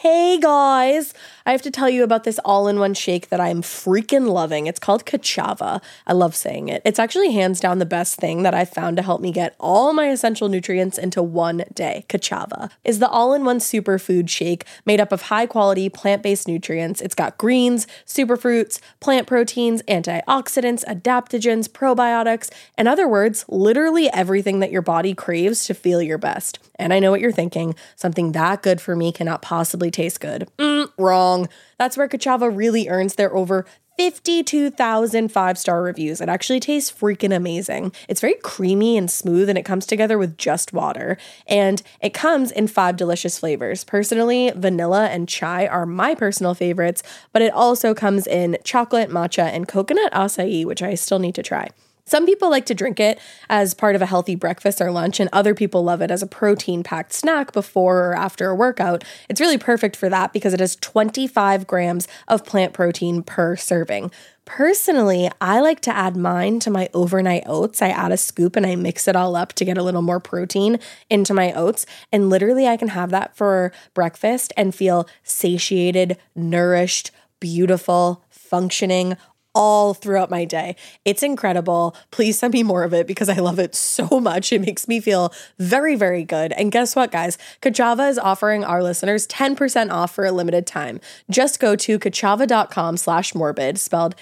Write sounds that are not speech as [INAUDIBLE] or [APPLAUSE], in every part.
Hey guys, I have to tell you about this all in one shake that I'm freaking loving. It's called Kachava. I love saying it. It's actually hands down the best thing that I've found to help me get all my essential nutrients into one day. Kachava is the all in one superfood shake made up of high quality plant based nutrients. It's got greens, superfruits, plant proteins, antioxidants, adaptogens, probiotics, in other words, literally everything that your body craves to feel your best. And I know what you're thinking something that good for me cannot possibly taste good. Mm, wrong. That's where Kachava really earns their over 52,000 five star reviews. It actually tastes freaking amazing. It's very creamy and smooth, and it comes together with just water. And it comes in five delicious flavors. Personally, vanilla and chai are my personal favorites, but it also comes in chocolate, matcha, and coconut acai, which I still need to try. Some people like to drink it as part of a healthy breakfast or lunch, and other people love it as a protein packed snack before or after a workout. It's really perfect for that because it has 25 grams of plant protein per serving. Personally, I like to add mine to my overnight oats. I add a scoop and I mix it all up to get a little more protein into my oats. And literally, I can have that for breakfast and feel satiated, nourished, beautiful, functioning, all throughout my day. It's incredible. Please send me more of it because I love it so much. It makes me feel very, very good. And guess what, guys? Kachava is offering our listeners 10% off for a limited time. Just go to kachava.com slash morbid, spelled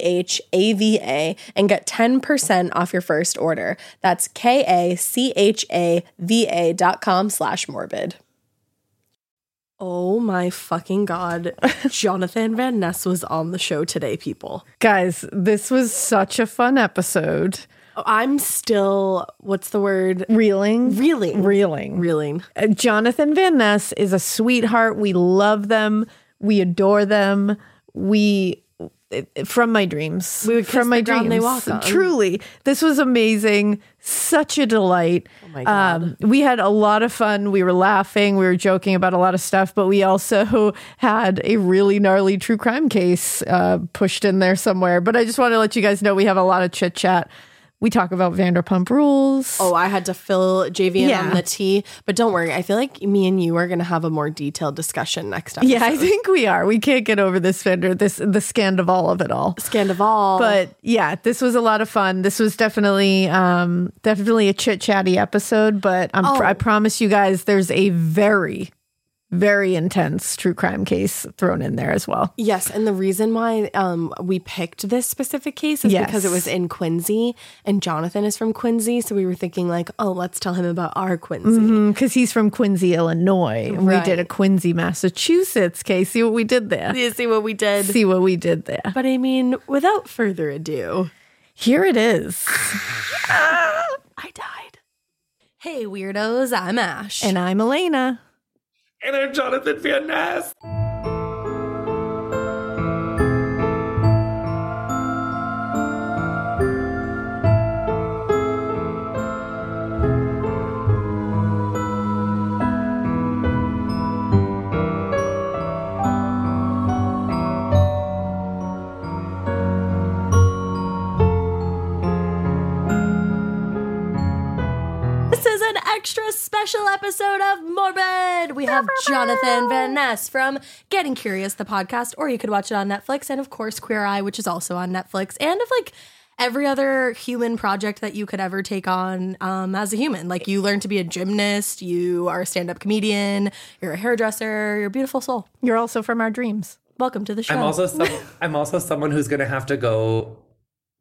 K-A-C-H-A-V-A, and get 10% off your first order. That's K-A-C-H-A-V-A dot com slash morbid. Oh my fucking [LAUGHS] god. Jonathan Van Ness was on the show today, people. Guys, this was such a fun episode. Oh, I'm still, what's the word? Reeling. Reeling. Reeling. Reeling. Uh, Jonathan Van Ness is a sweetheart. We love them. We adore them. We it- from my dreams. We would kiss from my the ground they walk on. Truly, this was amazing. Such a delight. Oh my God. we had a lot of fun. We were laughing. We were joking about a lot of stuff, but we also [LAUGHS] had a really gnarly true crime case uh, pushed in there somewhere. But I just want to let you guys know we have a lot of chit chat. We talk about Vanderpump Rules. Oh, I had to fill JV in on Yeah. the T, but don't worry. I feel like me and you are going to have a more detailed discussion next episode. yeah, I think we are. We can't get over this vendor. This the scandal of it all. Scandival. but yeah, this was a lot of fun. This was definitely um definitely a chit chatty episode, but I'm, I promise you guys there's a very very intense true crime case thrown in there as well. yes, and the reason why um, we picked this specific case is Yes. because it was in Quincy, and Jonathan is from Quincy, so we were thinking like, oh, let's tell him about our Quincy. Because Mm, he's from Quincy, Illinois. Right. We did a Quincy, Massachusetts case. See what we did there. [LAUGHS] You see what we did. See what we did there. But I mean, without further ado, Here it is. I died. Hey, weirdos, I'm Ash. And I'm Elena. And I'm Jonathan Van Ness. special episode of Morbid. We have Jonathan Van Ness from Getting Curious, the podcast, or you could watch it on Netflix, and of course, Queer Eye, which is also on Netflix, and of like every other human project that you could ever take on um, as a human. Like, you learn to be a gymnast, you are a stand up comedian, you're a hairdresser, you're a beautiful soul. You're also from our dreams. Welcome to the show. I'm also some, I'm also someone who's gonna have to go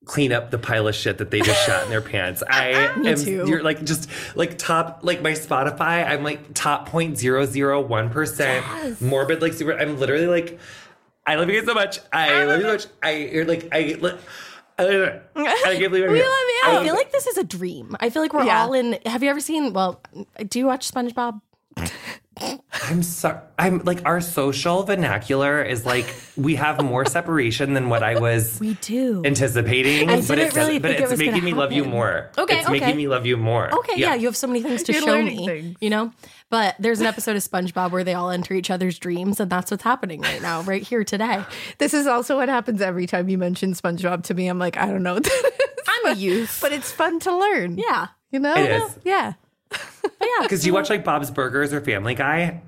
clean up the pile of shit that they just shot in [LAUGHS] their pants. I am Ah, too. you're like just like top like my Spotify, I'm like top 0.001 percent morbid like super I'm literally like I love you guys so much. I love you so much. I you're like I li- I love you. I can't believe I'm We here. love you. I feel like this is a dream. I feel like we're Yeah. all in. Have you ever seen? Well, do you watch SpongeBob? I'm sorry. I'm like our social vernacular is like we have more separation than what I was [LAUGHS] We do. anticipating, I but didn't it doesn't- really but think it it's was gonna making me love you happen. more. Okay, it's making okay. me love you more. Okay, yeah. you have so many things to You're show learning me. things. You know, but there's an episode of SpongeBob where they all enter each other's dreams, and that's what's happening right now, right here [LAUGHS] today. This is also what happens every time you mention SpongeBob to me. I'm like, I don't know what that is. I'm a youth, [LAUGHS] But it's fun to learn. yeah, You know? It is. Yeah. Because you watch like Bob's Burgers or Family Guy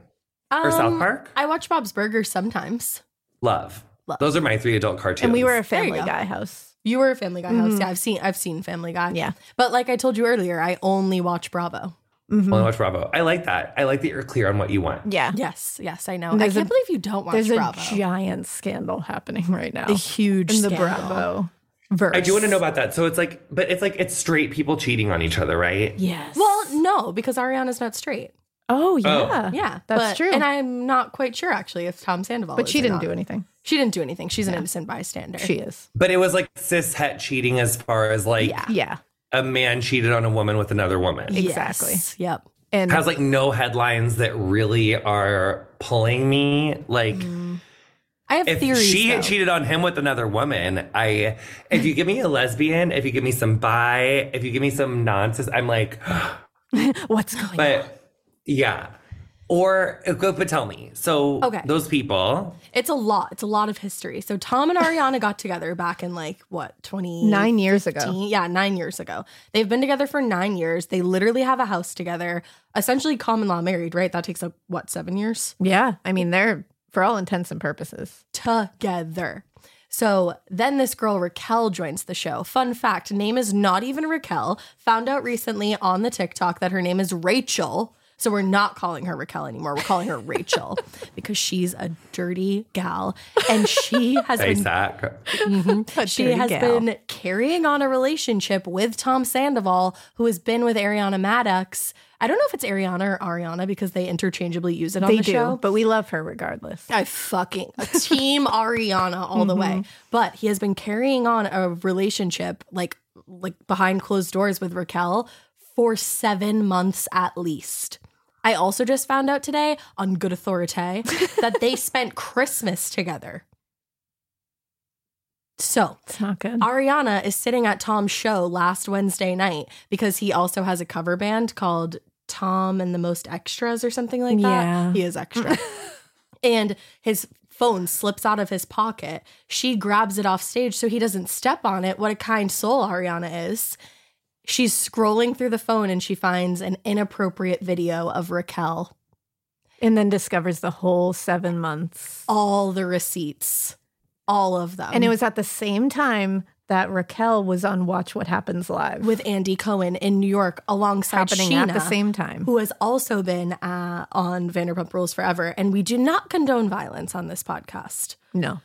or South Park. Um, I watch Bob's Burgers sometimes. Love. Those are my three adult cartoons. And we were a There you family go. guy house. You were a Family Guy host, yeah. I've seen, I've seen Family Guy, Mm-hmm. Yeah. But like I told you earlier, I only watch Bravo. mm-hmm. Only watch Bravo. I like that. I like that you're clear on what you want. Yeah. Yes, yes, I know. I There's can't a- believe you don't watch There's a Bravo. giant scandal happening right now. a huge in the scandal. Bravo verse. I do want to know about that. So it's like, but it's like it's straight people cheating on each other, right? Yes. Well, no, because Ariana's not straight. oh, yeah. Yeah, [LAUGHS] That's but- true. And I'm not quite sure actually if Tom Sandoval. but she is or didn't not. do anything. She didn't do anything. She's an innocent bystander. She is. But it was like cis het cheating as far as like Yeah. Yeah. a man cheated on a woman with another woman. Yeah. Yes. Exactly. Yep. And has like no headlines that really are pulling me. Like Mm. I have if theories. she though. had cheated on him with another woman, I if you give me a lesbian, if you give me some bi, if you give me some nonsense, I'm like, what's going on? but yeah. Or uh, go but tell me. So Okay. those people. it's a lot. It's a lot of history. So Tom and Ariana got together back in like what twenty Nine years ago. 15 Yeah, nine years ago. They've been together for nine years. They literally have a house together. Essentially, common law married. Right. That takes up what seven years. Yeah. I mean, they're, for all intents and purposes, together. So then this girl Raquel joins the show. Fun fact, name is not even Raquel. Found out recently on the TikTok that her name is Rachel. So we're not calling her Raquel anymore. We're [LAUGHS] calling her Rachel because she's a dirty gal and she has been Isaac. she dirty has gal. been carrying on a relationship with Tom Sandoval, who has been with Ariana Maddox. I don't know if it's Ariana or Ariana because they interchangeably use it on they the do. show. But we love her regardless. I fucking team Ariana all the way. But he has been carrying on a relationship like like behind closed doors with Raquel for 7 months at least. I also just found out today on good authority that they spent Christmas together. So, It's not good. Ariana is sitting at Tom's show last Wednesday night because he also has a cover band called Tom and the Most Extras or something like that. Yeah. He is extra. [LAUGHS] and his phone slips out of his pocket. She grabs it off stage so he doesn't step on it. What a kind soul Ariana is. She's scrolling through the phone and she finds an inappropriate video of Raquel. and then discovers the whole seven months. All the receipts, all of them. and it was at the same time that Raquel was on Watch What Happens Live. with Andy Cohen in New York alongside happening Sheena. at the same time. who has also been uh, on Vanderpump Rules forever, and we do not condone violence on this podcast. No.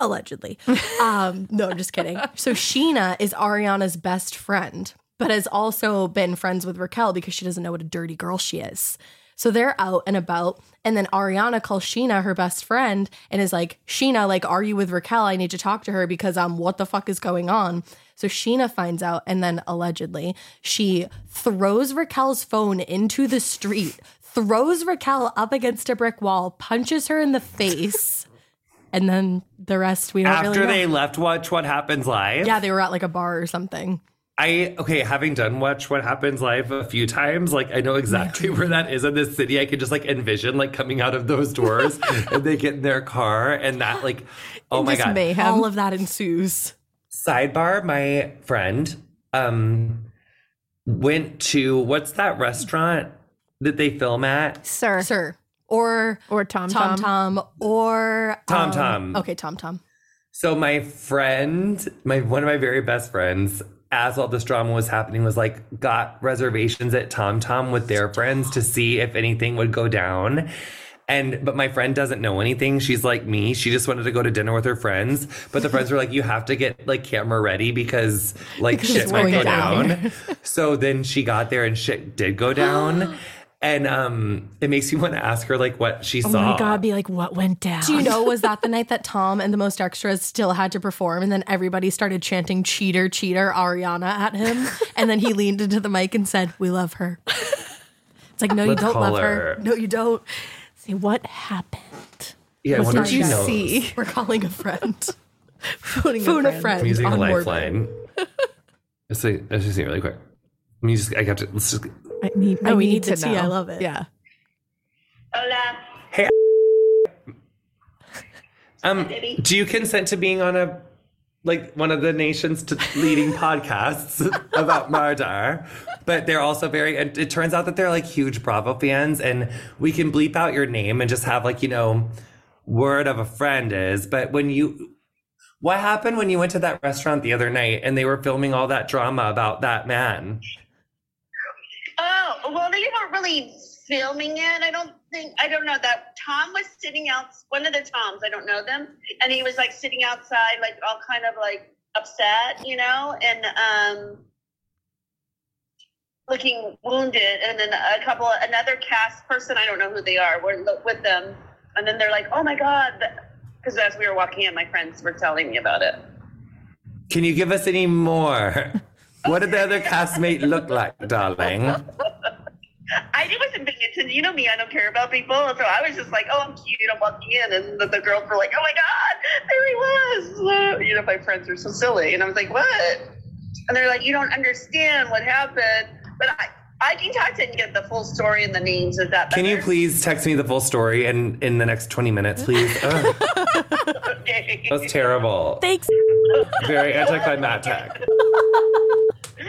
Allegedly. Um, no, I'm just kidding. So Sheena is Ariana's best friend, but has also been friends with Raquel because she doesn't know what a dirty girl she is. So they're out and about, and then Ariana calls Sheena her best friend and is like, Sheena, like, are you with Raquel? I need to talk to her because um, what the fuck is going on? So Sheena finds out, and then allegedly, she throws Raquel's phone into the street, throws Raquel up against a brick wall, punches her in the face, and then the rest we don't After really know. they left Watch What Happens Live. yeah, they were at like a bar or something. I okay, having done Watch What Happens Live a few times, like I know exactly where that is in this city. I could just like envision like coming out of [LAUGHS] those doors and they get in their car and that like oh my Just god. mayhem. All of that ensues. Sidebar, my friend um went to what's that restaurant that they film at? Sir. Sir. Or Or Tom Tom Tom. Tom or Tom um, Tom. Okay, Tom Tom. So my friend, my one of my very best friends, as all this drama was happening, was like got reservations at Tom Tom with their friends to see if anything would go down. And but my friend doesn't know anything. She's like me. She just wanted to go to dinner with her friends. But the friends were like, "You have to get like camera ready because like shit it's might going go down." down." so then she got there and shit did go down. And um, it makes me want to ask her like what she Oh saw. my God, be like, what went down? Do you know was that the night that Tom and the most extras still had to perform and then everybody started chanting cheater cheater Ariana at him [LAUGHS] and then he leaned into the mic and said, "We love her." It's like, "No, Let's you don't call love her. her. No, you don't." Say, "What happened?" yeah, I wonder did if she you knows. see? We're calling a friend. Phoning Phone a a friend. friend. I'm using a on Morbid. lifeline. [LAUGHS] let's see. Let's just see it really quick. Let me just. I got to. Let's just. I need, No, I we need need to to see. know. I love it. Yeah. Hola, Um. Do you consent to being on a, like one of the nation's t- leading podcasts about murder? But they're also very. and It turns out that they're like huge Bravo fans, and we can bleep out your name and just have like you know, word of a friend is. But when you. What happened when you went to that restaurant the other night and they were filming all that drama about that man? Oh, well, they weren't really filming it. I don't think, I don't know that. Tom was sitting out, one of the Toms, I don't know them. And he was like sitting outside, like all kind of like upset, you know, and um, looking wounded. And then a couple, another cast person, I don't know who they are, were lo- with them. And then they're like, oh my God. Because as we were walking in, my friends were telling me about it. Can you give us any more? [LAUGHS] What did the other castmate look like, darling? I wasn't paying attention. You know me, I don't care about people. So I was just like, oh, I'm cute. I'm walking in. And the, the girls were like, oh my God, there he was. Uh, You know, my friends are so silly. And I was like, what? And they're like, you don't understand what happened. But I, I think I didn't get the full story and the names of that. Can you better. please text me the full story in, in the next 20 minutes, please? Ugh, Okay. [LAUGHS] that's terrible. Thanks. Very anticlimactic.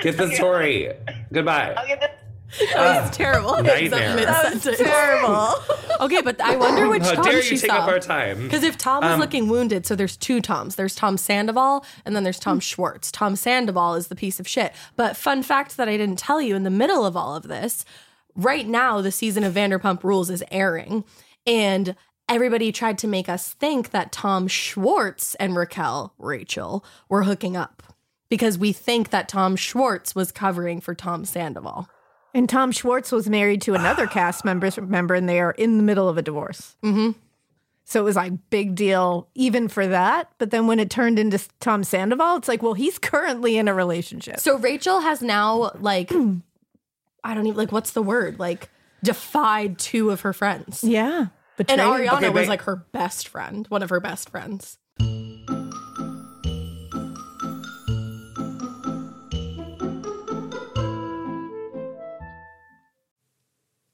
Get the story. Goodbye. Okay, this- Ugh, Terrible. [LAUGHS] Nightmare. That was terrible. [LAUGHS] okay, but I wonder which How Tom dare she you take saw. up our time? Um, Because if Tom was looking wounded, so there's two Toms. There's Tom Sandoval and then there's Tom Schwartz. Tom Sandoval is the piece of shit. But fun fact that I didn't tell you in the middle of all of this, right now the season of Vanderpump Rules is airing and everybody tried to make us think that Tom Schwartz and Raquel Rachel were hooking up because we think that Tom Schwartz was covering for Tom Sandoval. And Tom Schwartz was married to [SIGHS] another cast member, member, and they are in the middle of a divorce. Mm-hmm. So it was like big deal even for that. But then when it turned into s- Tom Sandoval, it's like, well, he's currently in a relationship. So Rachel has now like I don't even like what's the word? Like defied two of her friends. yeah, but And Ariana Okay, was wait. like her best friend, one of her best friends.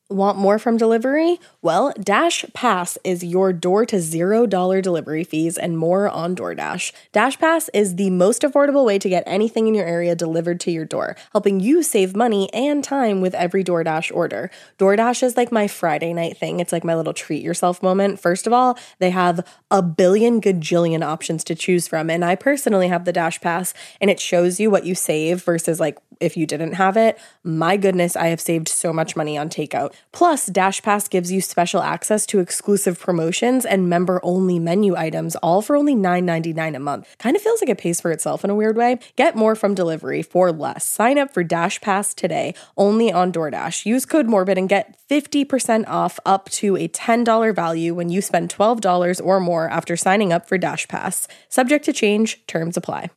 Want more from delivery? Well, Dash Pass is your door to zero dollar delivery fees and more on DoorDash. Dash Pass is the most affordable way to get anything in your area delivered to your door, helping you save money and time with every DoorDash order. DoorDash is like my Friday night thing. It's like my little treat yourself moment. First of all, they have a billion gajillion options to choose from. And I personally have the Dash Pass, and it shows you what you save versus like if you didn't have it. My goodness, I have saved so much money on takeout. Plus, Dash Pass gives you special access to exclusive promotions and member only menu items, all for only $9.99 a month. Kind of feels like it pays for itself in a weird way. Get more from delivery for less. Sign up for Dash Pass today, only on DoorDash. Use code Morbid and get 50% off up to a $10 value when you spend $12 or more after signing up for Dash Pass. Subject to change, terms apply.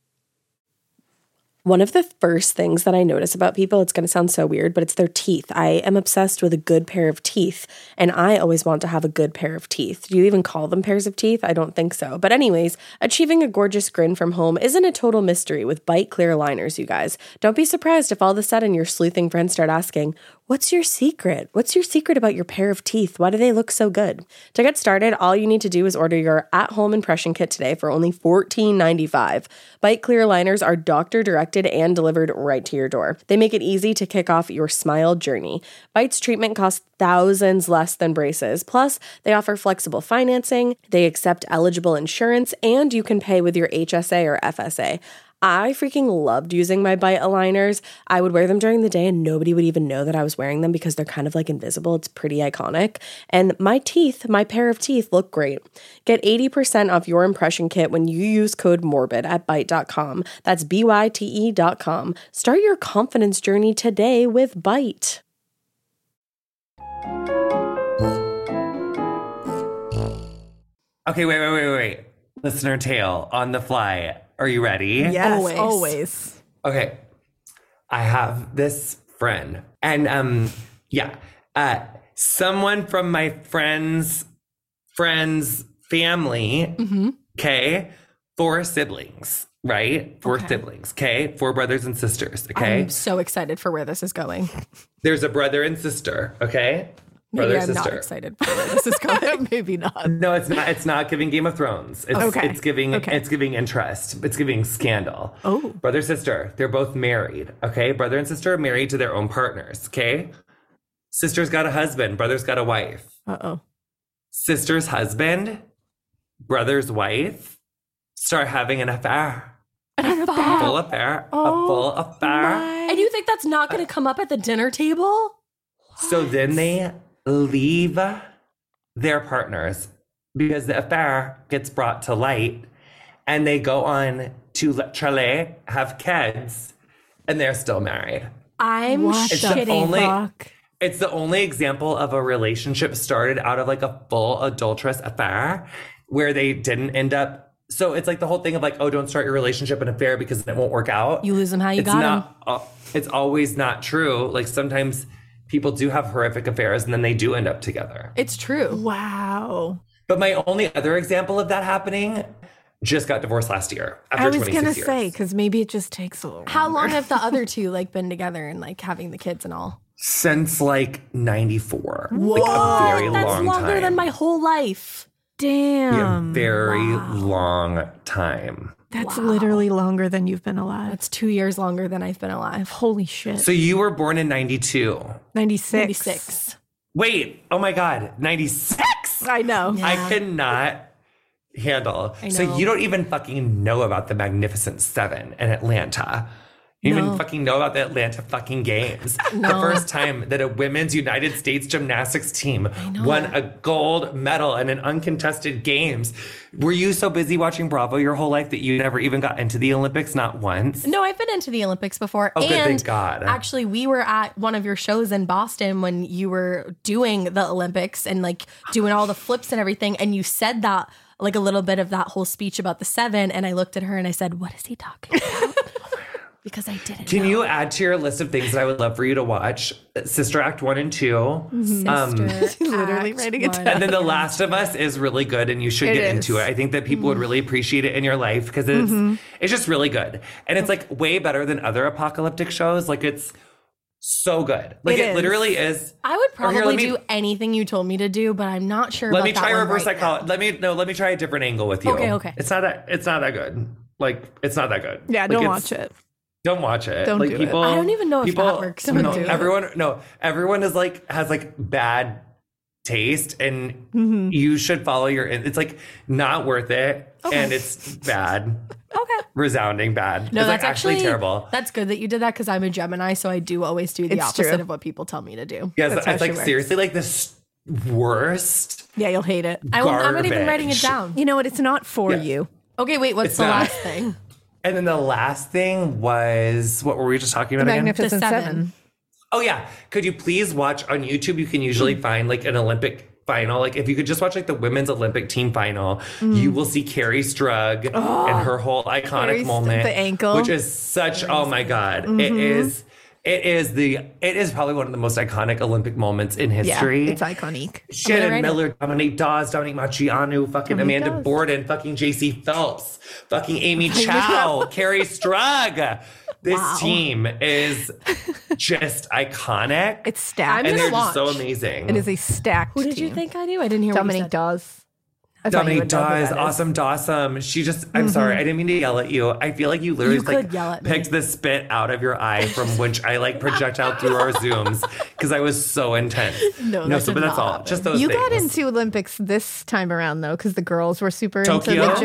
One of the first things that I notice about people, it's going to sound so weird, but it's their teeth. I am obsessed with a good pair of teeth, and I always want to have a good pair of teeth. Do you even call them pairs of teeth? I don't think so. But, anyways, achieving a gorgeous grin from home isn't a total mystery with bite clear liners, you guys. Don't be surprised if all of a sudden your sleuthing friends start asking, What's your secret? What's your secret about your pair of teeth? Why do they look so good? To get started, all you need to do is order your at-home impression kit today for only $14.95. Bite Clear liners are doctor-directed and delivered right to your door. They make it easy to kick off your smile journey. Bite's treatment costs thousands less than braces. Plus, they offer flexible financing, they accept eligible insurance, and you can pay with your HSA or FSA. I freaking loved using my bite aligners. I would wear them during the day and nobody would even know that I was wearing them because they're kind of like invisible. It's pretty iconic. And my teeth, my pair of teeth, look great. Get 80% off your impression kit when you use code MORBID at Byte.com. That's B Y T E.com. Start your confidence journey today with Byte. Okay, wait, wait, wait, wait. Listener tale on the fly. Are you ready? Yes, Always. always. Okay. I have this friend. And um yeah. Uh someone from my friend's friend's family, Mm-hmm. okay, four siblings, right? Four siblings, okay? Four brothers and sisters, okay? I'm so excited for where this is going. There's a brother and sister, okay? Maybe Brother I'm not sister. excited for where this is going. [LAUGHS] Maybe not. No, it's not. It's not giving Game of Thrones. It's, Okay. it's giving. Okay. It's giving interest. It's giving scandal. Oh. brother sister. They're both married. Okay, brother and sister are married to their own partners. Okay, sister's got a husband. Brother's got a wife. Uh oh. Sister's husband, brother's wife, start having an affair. A [GASPS] full affair. Oh a full affair. and you think that's not going to come up at the dinner table? So then they leave their partners because the affair gets brought to light and they go on to le- Chalet, have kids, and they're still married. I'm What the It's the shitting. only Fuck. it's the only example of a relationship started out of like a full adulterous affair where they didn't end up so it's like the whole thing of like, oh, don't start your relationship an affair because it won't work out. You lose 'em how you it's got 'em. not, uh, It's always not true. Like sometimes people do have horrific affairs and then they do end up together. It's true. Wow. But my only other example of that happening just got divorced last year. After I was 26 gonna years. say because maybe it just takes a little. How long have the other two like been together and like having the kids and all? since like 94. Like a very [LAUGHS] That's long longer time. than my whole a life. [LAUGHS] Um, Damn. very long time. That's literally longer than you've been alive. That's two years longer than I've been alive. Holy shit. So you were born in 92. 96. 96. Wait, oh my God, 96? I know. I cannot handle. So know. you don't even fucking know about the Magnificent Seven in Atlanta. You don't No. even fucking know about the Atlanta fucking [LAUGHS] games. The first time that a women's United States gymnastics team won a gold medal in an uncontested games. Were you so busy watching Bravo your whole life that you never even got into the Olympics? Not once. No, I've been into the Olympics before. Oh, and good, thank God. Actually, we were at one of your shows in Boston when you were doing the Olympics and like doing all the flips and everything. And you said that, like a little bit of that whole speech about the seven. And I looked at her and I said, What is he talking about? [LAUGHS] because I didn't. Can know. you add to your list of things that I would love for you to watch? Sister Act 1 and 2. Mm-hmm. [LAUGHS] Sister literally Act writing it One. And then The Last of Us is really good and you should It get is. into it. I think that people Mm-hmm. would really appreciate it in your life because it's it's just really good. And it's like way better than other apocalyptic shows. Like it's so good. Like It it, is. literally is. I would Or here, probably let me- do anything you told me to do, but I'm not sure. Let about me that try one reverse right now. psychology. Let me no, let me try a different angle with you. Okay, okay. It's not that it's not that good. Like it's not that good. Yeah, Like, don't it's- watch it. Don't watch it. Don't like do it. people, I don't even know if people, that works. No, Don't do it. everyone, no, everyone is like has like bad taste, and Mm-hmm. you should follow your. It's like not worth it, and it's [LAUGHS] bad, Okay. resounding bad. No, it's that's like actually, terrible. That's good that you did that because I'm a Gemini, so I do always do the It's opposite true. of what people tell me to do. yes, that's how it's she like works. seriously like the s- worst. Yeah, you'll hate it. I, I'm not even Garbage. writing it down. Um, You know what? It's not for you. Okay, wait, what's It's the not. last [LAUGHS] thing? And then the last thing was what were we just talking about again? Magnificent The seven. seven. Oh yeah. Could you please watch on YouTube? You can usually Mm-hmm. find like an Olympic final. Like if you could just watch like the women's Olympic team final, you will see Carrie Strug and her whole iconic Mm. Oh, Carrie Strug, moment. the ankle. Mm-hmm. Which is such oh my god. It is it is the it is probably one of the most iconic Olympic moments in Yeah, history. it's iconic. Shannon write it. Miller, Dominique Dawes, Dominique Macianu, fucking Amanda Borden, fucking JC Phelps, fucking Amy Chow, Carrie Strug, This team is just iconic. It's stacked. and they're gonna just so watch. amazing. it is a stacked. Who did you team. think I knew? I didn't hear Dominique what you Dawes. I thought you Dominique would know who Dawes, that is. Mm-hmm. awesome Dawsome. She just, I'm sorry, I didn't mean to yell at you. I feel like you literally You just, like could yell at me. picked the spit out of your eye from which I like projectile through our zooms because I was [LAUGHS] so intense. No, no that so, but did that's not all. happen. Just those you things. got into Olympics this time around though, because the girls were super into Tokyo? the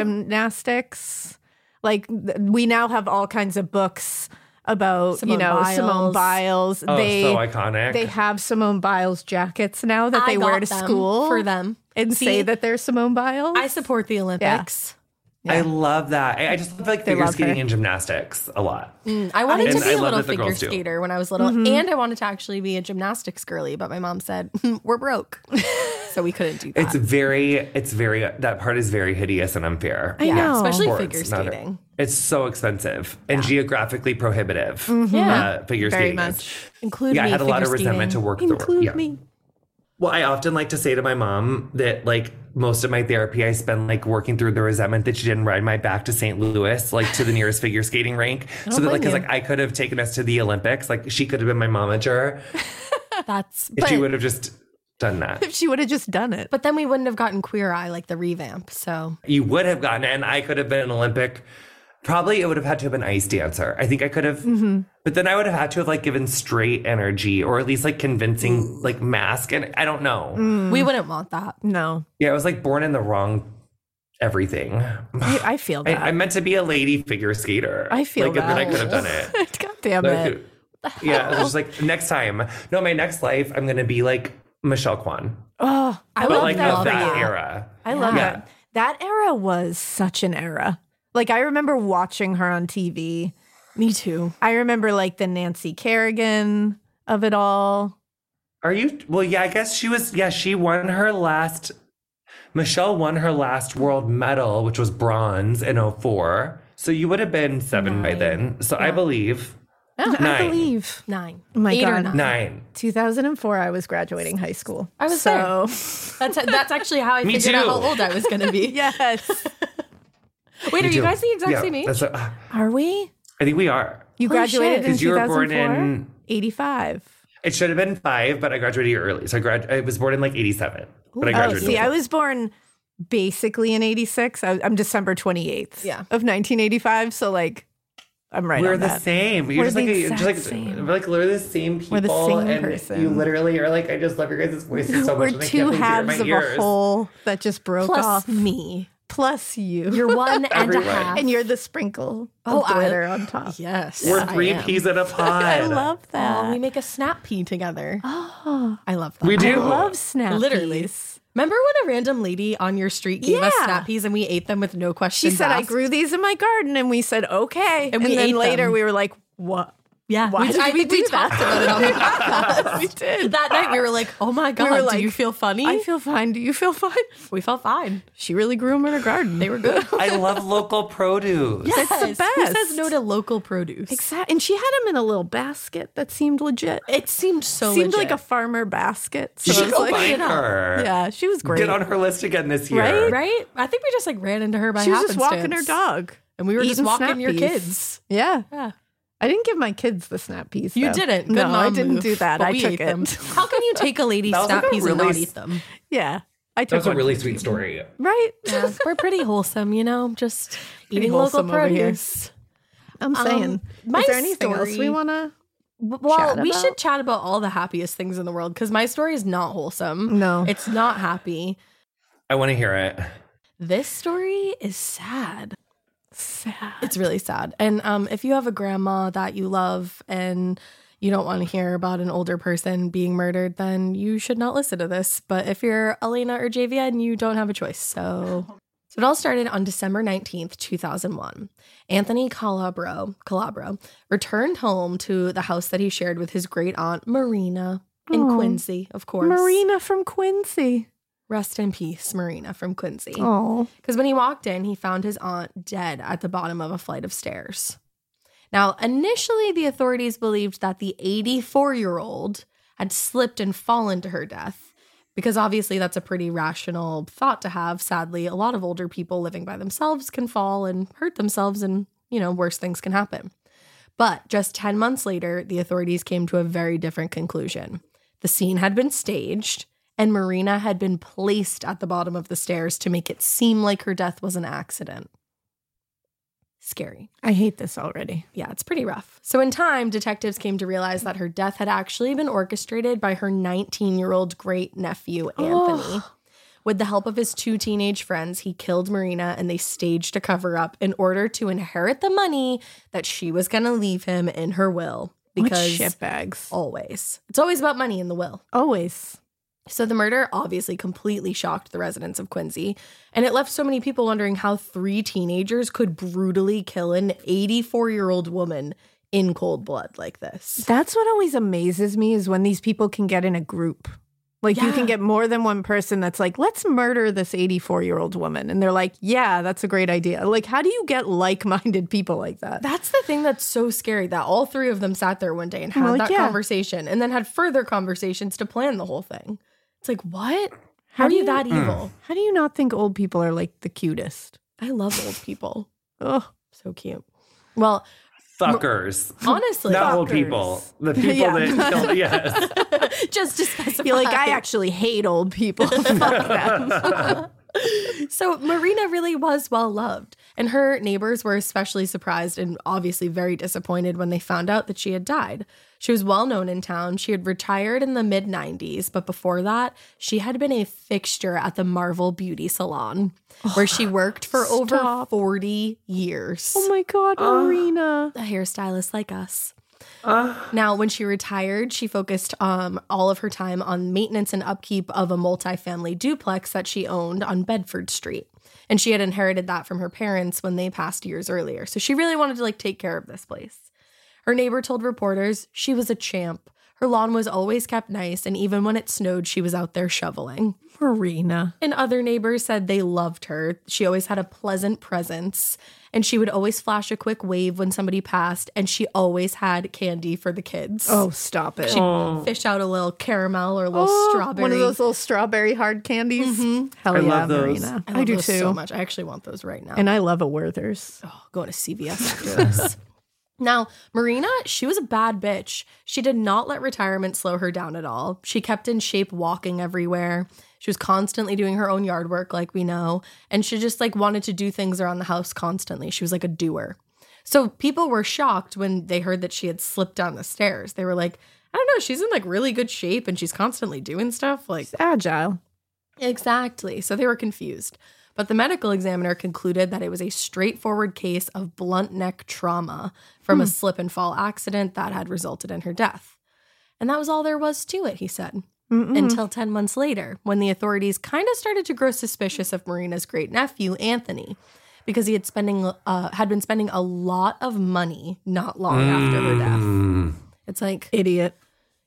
gymnastics. Like th- we now have all kinds of books about you Simone know Biles. Simone Biles. Oh, they so iconic. they have Simone Biles jackets now that I they wear got to them school for them. and See, say that they're Simone Biles. I support the Olympics. I love that. I, I just love like figure love skating her. Mm. and gymnastics a lot. I wanted And to be I a love little that the figure girls do. skater when I was little, Mm-hmm. and I wanted to actually be a gymnastics girly, but my mom said [LAUGHS] we're broke, so we couldn't do that. It's very, it's very, that part is very hideous and unfair. I know. especially Sports, figure not a- skating. it's so expensive and geographically prohibitive. Yeah. uh, figure Mm-hmm. very skating is. much. Include yeah, me, I had a lot figure of resentment skating. to work through. Include Yeah. me. Well, I often like to say to my mom that like most of my therapy I spend like working through the resentment that she didn't ride my back to St. Louis, like to the nearest figure skating rink. So that like blame cause you. like I could have taken us to the Olympics. Like she could have been my momager if That's she but, would have just done that. [LAUGHS] If she would have just done it. but then we wouldn't have gotten Queer Eye like the revamp. So You would have gotten it, and I could have been an Olympic. Probably it would have had to have been ice dancer. I think I could have but then I would have had to have like given straight energy or at least like convincing like mask and I don't know. Mm. we wouldn't want that. no, Yeah, I was like born in the wrong everything. I, I feel [SIGHS] I, that. I meant to be a lady figure skater. I feel like, and then I that. could have done [LAUGHS] [LAUGHS] it. God damn Like, it. yeah, I was just like next time. No, my next life, I'm gonna be like Michelle Kwan, Oh, I but would like love of that that. era. I love Yeah. that. That era was such an era. Like I remember watching her on TV. Me too. I remember like the Nancy Kerrigan of it all. Are you? Well, yeah, I guess she was. Yeah, she won her last. Michelle won her last world medal, which was bronze in 04. So you would have been seven by Nine. then. So I believe I Nine. believe. Nine. Oh my Eight or God. nine. nine. 2004 I was graduating high school. I was so That's that's actually how [LAUGHS] I Me figured out too. how old I was going [LAUGHS] to be. yes. Wait, are Two. you guys the exact Yeah, same age? that's a- Are we? I think we are. You Holy graduated shit. in Because you were born 2004? in 85. It should have been five, but I graduated a year early. So I grad I was born in like eighty seven. But I Oh, graduated. see, I was born basically in 86. I, I'm December 28th Yeah. of 1985, so like I'm right we're on the that. same. You're We're just the like, a- exact just like, same. we're like literally the same people. We're the same and person. You literally are like, I just love your guys' voices Oh, so We're much. two and I can't halves wait of to hear it in my a ears. whole that just broke Plus off. me. Plus you. [LAUGHS] You're one and a Everyone. half. and you're the sprinkle Oh, of I- glitter on top. yes. We're I three am. peas [LAUGHS] in a pod. I love that. Oh, we make a snap pea together. oh, I love that. We I do. love snap. Literally. peas. Remember when a random lady on your street gave us Yeah. snap peas and we ate them with no She questions? said I asked?" grew these in my garden, and we said okay. And, And we then ate later them. we were like, what? Yeah, Why we, did I we think we do that? talked about it on the [LAUGHS] podcast. we did. that night we were like, "Oh my god, were do like, you feel funny?" I feel fine. Do you feel fine? [LAUGHS] we felt fine. She really grew them in her garden. They were [LAUGHS] good. I love local produce. That's the Who best. says no to local produce? exactly. And she had them in a little basket that seemed legit. It seemed so. seemed legit. like a farmer basket. So You I should was go like, find her. yeah, she was great. Get on her list again this year. Right? right. I think we just like ran into her by she was just walking her happenstance. dog. and we were just eating walking Snap your Peas. kids. Yeah. Yeah. I didn't give my kids the snap peas. You though. didn't. Good no, I mom didn't move, do that. but I we took ate them. it. How can you take a [LAUGHS] lady's That was, snap like, a peas really and not s- eat them? [LAUGHS] [LAUGHS] yeah, I That took was a one. really sweet story. right. Yeah, [LAUGHS] we're [LAUGHS] pretty wholesome, you know, just eating local wholesome over here. produce. Um, I'm saying. my Is there anything else we story- want to? Well, chat we about? should chat about all the happiest things in the world because my story is not wholesome. No. It's not happy. I want to hear it. This story is sad. Sad. It's really sad. And um, if you have a grandma that you love and you don't want to hear about an older person being murdered, then you should not listen to this. But if you're Elena or JVN, you don't have a choice. So. So it all started on December 19th, 2001. Anthony Calabro, Calabro returned home to the house that he shared with his great aunt Marina in Aw. Quincy, of course. Marina from Quincy. Rest in peace, Marina from Quincy. Oh, Because when he walked in, he found his aunt dead at the bottom of a flight of stairs. Now, initially, the authorities believed that the 84 year old had slipped and fallen to her death, because obviously that's a pretty rational thought to have. Sadly, a lot of older people living by themselves can fall and hurt themselves, and, you know, worse things can happen. But just 10 months later, the authorities came to a very different conclusion. The scene had been staged, and Marina had been placed at the bottom of the stairs to make it seem like her death was an accident. Scary. I hate this already. Yeah, it's pretty rough. So, in time, detectives came to realize that her death had actually been orchestrated by her 19 year old great nephew, Anthony. With the help of his two teenage friends, he killed Marina and they staged a cover up in order to inherit the money that she was going to leave him in her will. Because Because shit bags. always, it's always about money in the will. Always. So the murder obviously completely shocked the residents of Quincy, and it left so many people wondering how three teenagers could brutally kill an 84 year old woman in cold blood like this. That's what always amazes me is when these people can get in a group. Like you Yeah. can get more than one person that's like, let's murder this 84 year old woman. And they're like, yeah, that's a great idea. Like, how do you get like minded people like that? That's the thing that's so scary that all three of them sat there one day and had Well, that yeah. conversation and then had further conversations to plan the whole thing. It's like, what? How, are you Mm. that Hmm. evil? How do you not think old people are like the cutest? I love old people. Oh, So cute. [LAUGHS] Well, Fuckers. honestly, [LAUGHS] Not old people. The [LAUGHS] people Yeah. that don't, yes. just to specify. you're like, I actually hate old [LAUGHS] people. Fuck them. So Marina really was well loved, and her neighbors were especially surprised and obviously very disappointed when they found out that she had died. She was well known in town. She had retired in the mid 90s, but before that, she had been a fixture at the Marvel Beauty Salon, where she worked for over 40 years Oh my God, Ah. Marina. a hairstylist like us. now, when she retired, she focused um, all of her time on maintenance and upkeep of a multifamily duplex that she owned on Bedford Street. And she had inherited that from her parents when they passed years earlier. So she really wanted to like take care of this place. Her neighbor told reporters she was a champ. Her lawn was always kept nice, and even when it snowed, she was out there shoveling. Marina. And other neighbors said they loved her. She always had a pleasant presence and she would always flash a quick wave when somebody passed and she always had candy for the kids. Oh, stop it. She'd fish out a little caramel or a little Oh, strawberry. Mm-hmm. One of those little strawberry hard candies. Hell I yeah, love those. Marina. I, I, love do those too. so much. I actually want those right now. And I love a Werther's. oh, go to CVS after this. Now, Marina, she was a bad bitch. She did not let retirement slow her down at all. She kept in shape walking everywhere. She was constantly doing her own yard work, like we know, and she just like wanted to do things around the house constantly. She was like a doer. So people were shocked when they heard that she had slipped down the stairs. They were like, I don't know, she's in like really good shape and she's constantly doing stuff. Like It's agile. Exactly. So they were confused. But the medical examiner concluded that it was a straightforward case of blunt neck trauma from a slip and fall accident that had resulted in her death. And that was all there was to it, he said, until 10 months later, when the authorities kind of started to grow suspicious of Marina's great nephew, Anthony, because he had, spending, uh, had been spending a lot of money not long after her death. It's like, Idiot.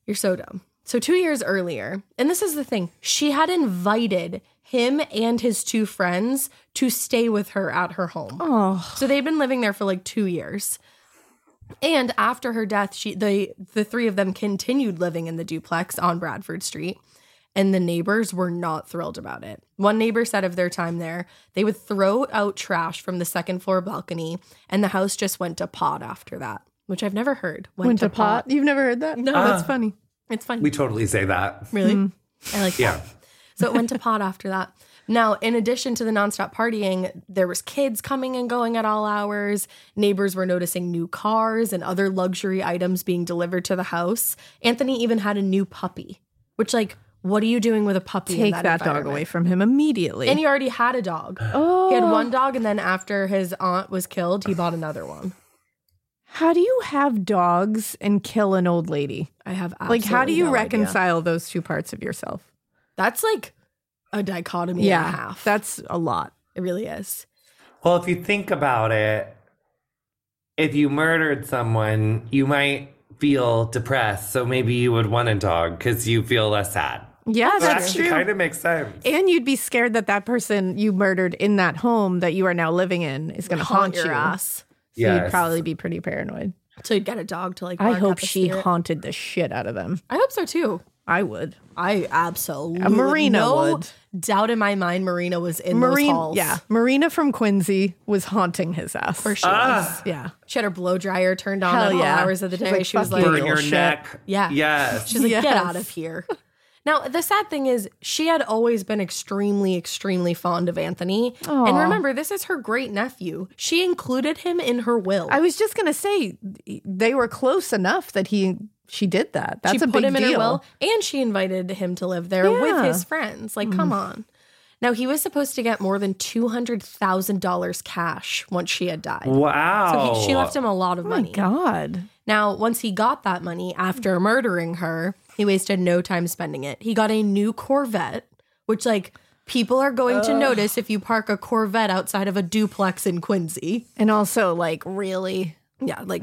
you're so dumb. So, two years earlier, and this is the thing, she had invited him and his two friends to stay with her at her home. Oh, So, they'd been living there for like two years. And after her death, she the the three of them continued living in the duplex on Bradford Street, and the neighbors were not thrilled about it. One neighbor said of their time there, they would throw out trash from the second floor balcony, and the house just went to pot after that, which I've never heard. Went, went to pot. You've never heard that? No, that's funny. It's funny. We totally say that. Really? Mm. I like Yeah. that. So it went to pot after that. Now, in addition to the nonstop partying, there was kids coming and going at all hours. Neighbors were noticing new cars and other luxury items being delivered to the house. Anthony even had a new puppy, which like, what are you doing with a puppy? in Take that, dog environment? away from him immediately. And he already had a dog. oh, He had one dog, and then after his aunt was killed, he bought another one. How do you have dogs and kill an old lady? I have Like, how do absolutely you no idea. reconcile those two parts of yourself? That's like a dichotomy and a half. that's a lot. it really is. Well, if you think about it, if you murdered someone, you might feel depressed. So maybe you would want a dog because you feel less sad. Yeah, That that's actually true. kind of makes sense. and you'd be scared that that person you murdered in that home that you are now living in is going to haunt, your you. ass. So Yes. you'd probably be pretty paranoid. So you'd get a dog to like. I bark at hope the she spirit. haunted the shit out of them. I hope so too. I would. I absolutely Uh, Marina no would. doubt in my mind. Marina was in those Marina, halls. yeah, Marina from Quincy was haunting his ass. Uh, for sure. Ah, Yeah, she had her blow dryer turned on Hell at all yeah. hours of the She's day. like, she was "Fuck like, you." burn your shit. neck. Yeah. Yes. She's like, get Yes. out of here. Now, the sad thing is, she had always been extremely, extremely fond of Anthony. And Aw. remember, this is her great nephew. She included him in her will. I was just gonna say they were close enough that he she did that. That's she a put big him deal. in her will, and she invited him to live there with Yeah. Mm. his friends. Like, come on. Now, he was supposed to get more than $200,000 cash once she had died. Wow. So he, she left him a lot of Oh my money. god! Now, once he got that money after murdering her, he wasted no time spending it. He got a new Corvette, which, like, people are going to notice if you park a Corvette outside of a duplex in Quincy. And also, like, really, Yeah, [LAUGHS] like,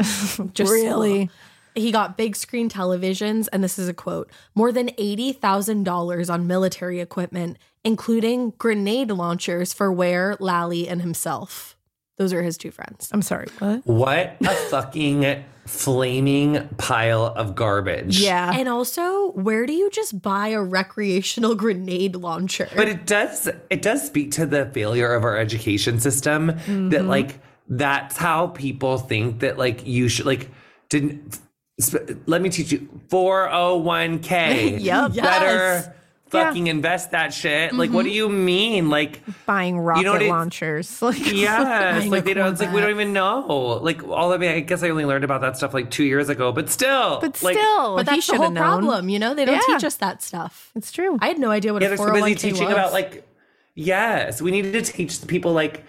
just really, He got big screen televisions, and this is a quote more than $80,000 on military equipment, including grenade launchers for Ware, Lally, and himself. Those are his two friends. I'm sorry. What? What a fucking flaming pile of garbage. Yeah, And also, where do you just buy a recreational [LAUGHS] grenade launcher? But it does it does speak to the failure of our education system Mm-hmm. that like that's how people think that like you should like didn't sp- let me teach you [LAUGHS] 401k. Yup. Yes. Better fucking invest that shit. Like what do Mm-hmm. you mean? [LAUGHS] Like buying rocket what it- launchers. [LAUGHS] Like, Yes, Buying like a they don't. It's like we don't Corvette. even know. Like all I mean, I guess I only learned about that stuff like two years ago. But still, but like, still, But he that's the should whole have known. problem, you know? They don't Yeah. teach us that stuff. It's true. I had no idea what yeah, a they're 401k so busy teaching was. about like yes, we needed to teach the people like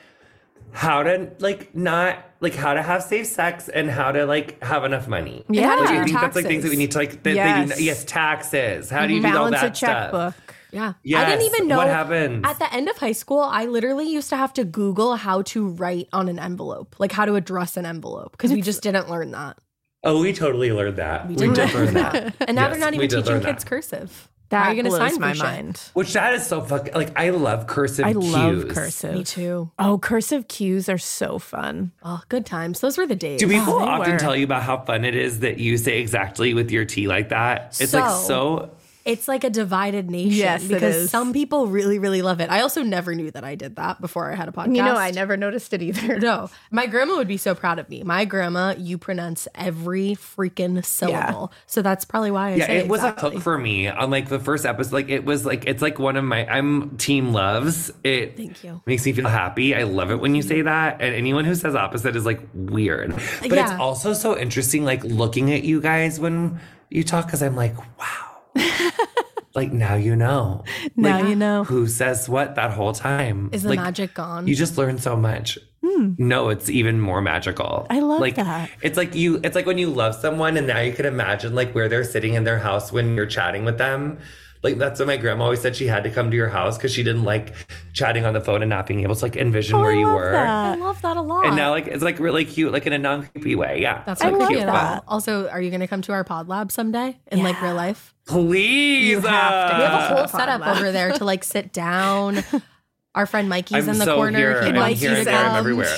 how to like not like how to have safe sex and how to like have enough money. Yeah. how to Like, do I your think that's like things that we taxes. need to like. That They Yes. do, yes, taxes. How do you do all Balance a that checkbook. stuff? Yeah. I Yes, didn't even know what happens? At the end of high school, I literally used to have to Google how to write on an envelope, like how to address an envelope, because we just didn't learn that. Oh, we totally learned that. We, did learn that. [LAUGHS] And now Yes, they're not we even did teaching learn that. kids cursive. That How are you blows going to sign my for shit? mind. Which that is so fucking like I love cursive. I love cues. cursive. Me too. Oh, cursive cues are so fun. Oh, good times. Those were the days. Do people they often were. tell you about how fun it is that you say exactly with your T like that? It's like So- so. It's like a divided nation Yes, it because is. some people really, really love it. I also never knew that I did that before I had a podcast. You know, I never noticed it either. [LAUGHS] No, my grandma would be so proud of me. My grandma, you pronounce every freaking syllable. So that's probably why I Yeah, say it was exactly. a hook for me on like the first episode. Like it was like it's like one of my I'm team loves. It Thank you. makes me feel happy. I love it when you say that. And anyone who says opposite is like weird. But it's Yeah. also so interesting like looking at you guys when you talk cuz I'm like, [LAUGHS] wow. like now you know. Now Like, you know. Who says what that whole time? Is the Like, magic gone? You just learn so much. No, it's even more magical. Hmm. I love like, that. It's like you. It's like when you love someone, and now you can imagine like where they're sitting in their house when you're chatting with them. Like that's what my grandma always said. She had to come to your house because she didn't like chatting on the phone and not being able to like envision where Oh, I you love were. that. I love that a lot. And now like it's like really cute, like in a non creepy way. Yeah, that's so what love cute. cute. that. But Also, are you going to come to our pod lab someday in like real life? Please, have to. We have a uh, whole Pod setup lab. over there to like sit down. [LAUGHS] Our friend Mikey's I'm in the so corner. here. He I'm likes here his and there. I'm um, [LAUGHS] everywhere.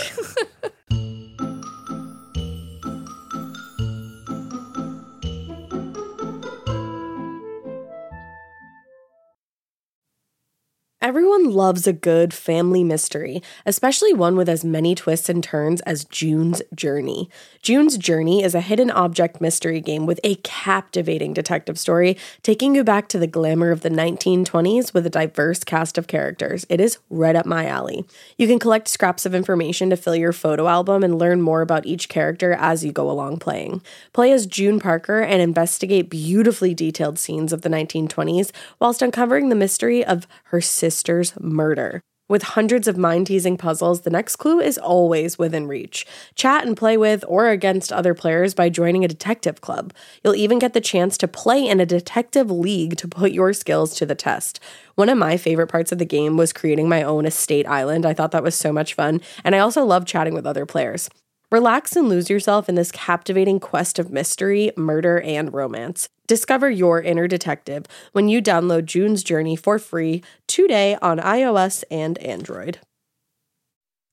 Everyone loves a good family mystery, especially one with as many twists and turns as June's Journey. June's Journey is a hidden object mystery game with a captivating detective story, taking you back to the glamour of the 1920s with a diverse cast of characters. It is right up my alley. You can collect scraps of information to fill your photo album and learn more about each character as you go along playing. Play as June Parker and investigate beautifully detailed scenes of the 1920s whilst uncovering the mystery of her sister's murder. With hundreds of mind teasing puzzles, the next clue is always within reach. Chat and play with or against other players by joining a detective club. You'll even get the chance to play in a detective league to put your skills to the test. One of my favorite parts of the game was creating my own estate island. I thought that was so much fun, and I also love chatting with other players. Relax and lose yourself in this captivating quest of mystery, murder, and romance. Discover your inner detective when you download June's Journey for free today on iOS and Android.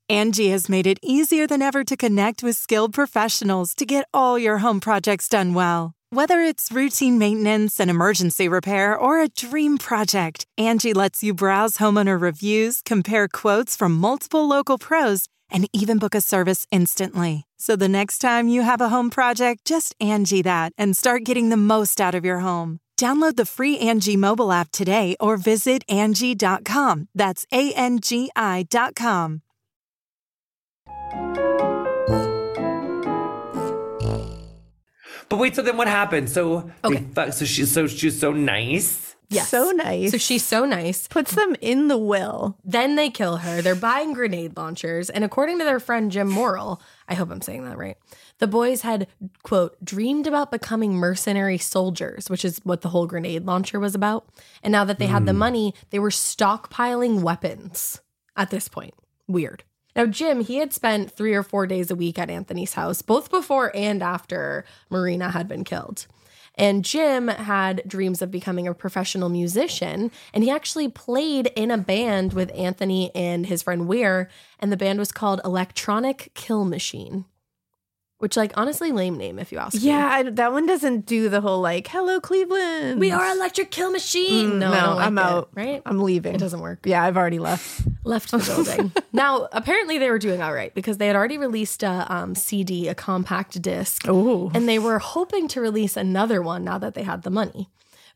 Angie has made it easier than ever to connect with skilled professionals to get all your home projects done well. Whether it's routine maintenance and emergency repair or a dream project, Angie lets you browse homeowner reviews, compare quotes from multiple local pros, and even book a service instantly. So the next time you have a home project, just Angie that and start getting the most out of your home. Download the free Angie mobile app today or visit Angie.com. That's A N G I dot com. But wait, so then what happened? So okay. Okay. fuck, so she's so she's so nice. Yes. So nice. So she's so nice. puts them in the will. Then they kill her. They're buying grenade launchers. And according to their friend Jim Morrill, I hope I'm saying that right, the boys had, quote, dreamed about becoming mercenary soldiers, which is what the whole grenade launcher was about. And now that they had the Hmm. money, they were stockpiling weapons at this point. Weird. Now, Jim, he had spent three or four days a week at Anthony's house, both before and after Marina had been killed. And Jim had dreams of becoming a professional musician, and he actually played in a band with Anthony and his friend Weir, and the band was called Electronic Kill Machine, which, like, honestly, lame name if you ask me. Yeah, I, that one doesn't do the whole like "Hello, Cleveland." we are Electric Kill Machine. Mm, no, I don't like I'm it, out. Right? I'm leaving. it doesn't work. Yeah, I've already left. left the building. now, apparently, they were doing all right because they had already released a um, CD, a compact disc, Oh, and they were hoping to release another one now that they had the money.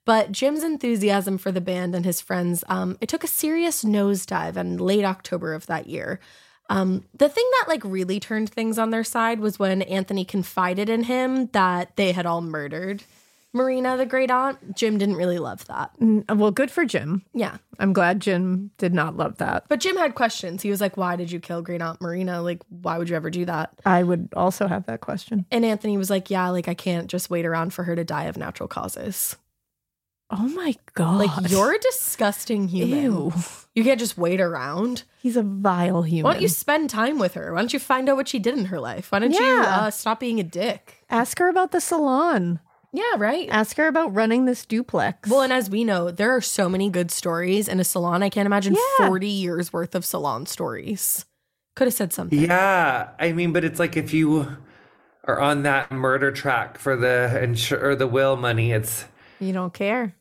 But Jim's enthusiasm for the band and his friends, um, it took a serious nosedive in late October of that year. Um, the thing that like really turned things on their side was when Anthony confided in him that they had all murdered Marina, the great aunt. Jim didn't really love that. well, good for Jim. Yeah. I'm glad Jim did not love that. But Jim had questions. He was like, Why did you kill Green Aunt Marina? Like, why would you ever do that? I would also have that question. And Anthony was like, Yeah, like, I can't just wait around for her to die of natural causes. Oh my god! Like, you're a disgusting human. ew. You can't just wait around. He's a vile human. Why don't you spend time with her? Why don't you find out what she did in her life? Why don't you Yeah. uh, stop being a dick? ask her about the salon? Yeah, right? Ask her about running this duplex. Well, and as we know, there are so many good stories in a salon. I can't imagine Yeah. 40 years worth of salon stories. Could have said something. Yeah, I mean, but it's like if you are on that murder track for the insur- or the will money, it's you don't care.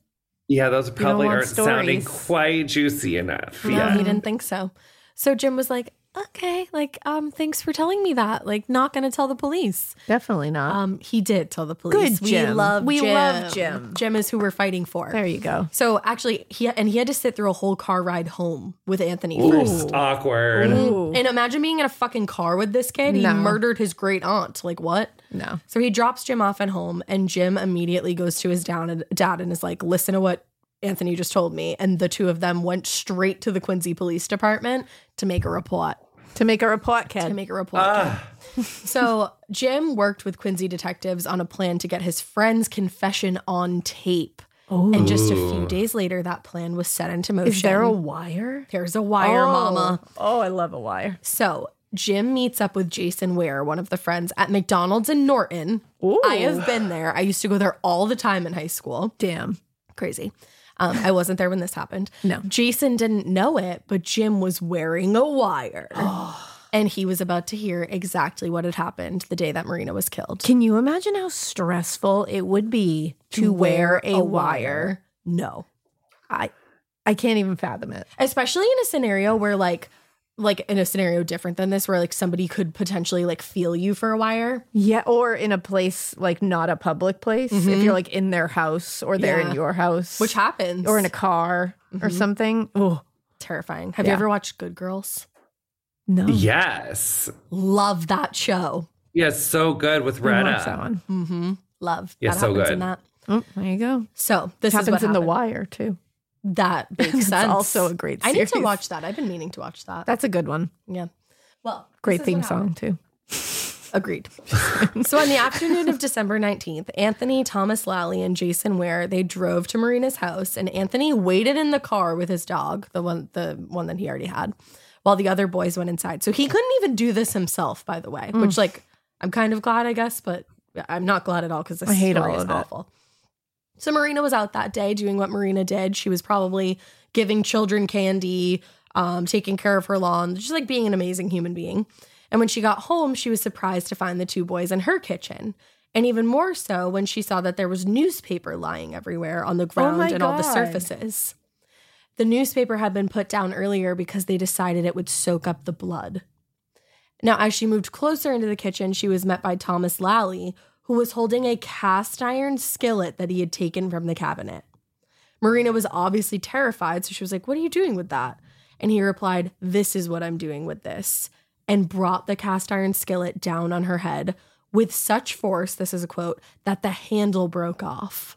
yeah, those probably want aren't sounding stories. quite juicy enough. No, yeah. he didn't think so. So Jim was like, "Okay, like, um, thanks for telling me that. Like, not gonna tell the police." Definitely not. Um, he did tell the police. Good, Jim. We love, We Jim. love Jim. Jim is who we're fighting for. there you go. So actually, he and he had to sit through a whole car ride home with Anthony Ooh, first. awkward. Ooh. And imagine being in a fucking car with this kid. He No. murdered his great aunt. Like what? No. So he drops Jim off at home, and Jim immediately goes to his down and dad and is like, "Listen to what Anthony just told me." And the two of them went straight to the Quincy Police Department to make a report. To make a report, To kid. make a report. [LAUGHS] so Jim worked with Quincy detectives on a plan to get his friend's confession on tape. And just a few days later, that plan was set into motion. Is there a wire? There's a wire, oh. mama. Oh, I love a wire. So Jim meets up with Jason Ware, one of the friends, at McDonald's in Norton. Ooh. I have been there. I used to go there all the time in high school. Damn. Crazy. Um, I wasn't there when this happened. No. Jason didn't know it, but Jim was wearing a wire. Oh. And he was about to hear exactly what had happened the day that Marina was killed. Can you imagine how stressful it would be to, wear, a wire? No. I I can't even fathom it. especially in a scenario where like like in a scenario different than this where like somebody could potentially like feel you for a wire Yeah, or in a place like not a public place. If you're like in their house or they're Yeah. in your house, which happens or in a car or something. Oh terrifying have you Yeah. ever watched good girls no, Yes. love that show Yes, so good with I Rena. watch that one. mm-hmm love Yeah, that so happens good. in that Oh, there you go. so this happens is what in the happened. wire too. that [LAUGHS] makes That's sense also a great. i Series. need to watch that i've been meaning to watch that That's a good one. yeah well this Great is theme what happened. song too. Agreed. [LAUGHS] so on the afternoon of December 19th, Anthony, Thomas Lally, and Jason Ware, they drove to Marina's house and Anthony waited in the car with his dog, the one the one that he already had, while the other boys went inside. So he couldn't even do this himself, by the way, Mm. which like I'm kind of glad, I guess, but I'm not glad at all because this I hate story all is of it. awful. So Marina was out that day doing what Marina did. She was probably giving children candy, um, taking care of her lawn, just like being an amazing human being. And when she got home, she was surprised to find the two boys in her kitchen. And even more so when she saw that there was newspaper lying everywhere on the ground Oh my and all the God. surfaces. The newspaper had been put down earlier because they decided it would soak up the blood. Now, as she moved closer into the kitchen, she was met by Thomas Lally, who was holding a cast iron skillet that he had taken from the cabinet. Marina was obviously terrified, so she was like, What are you doing with that? And he replied, This is what I'm doing with this, and brought the cast iron skillet down on her head with such force, this is a quote, that the handle broke off.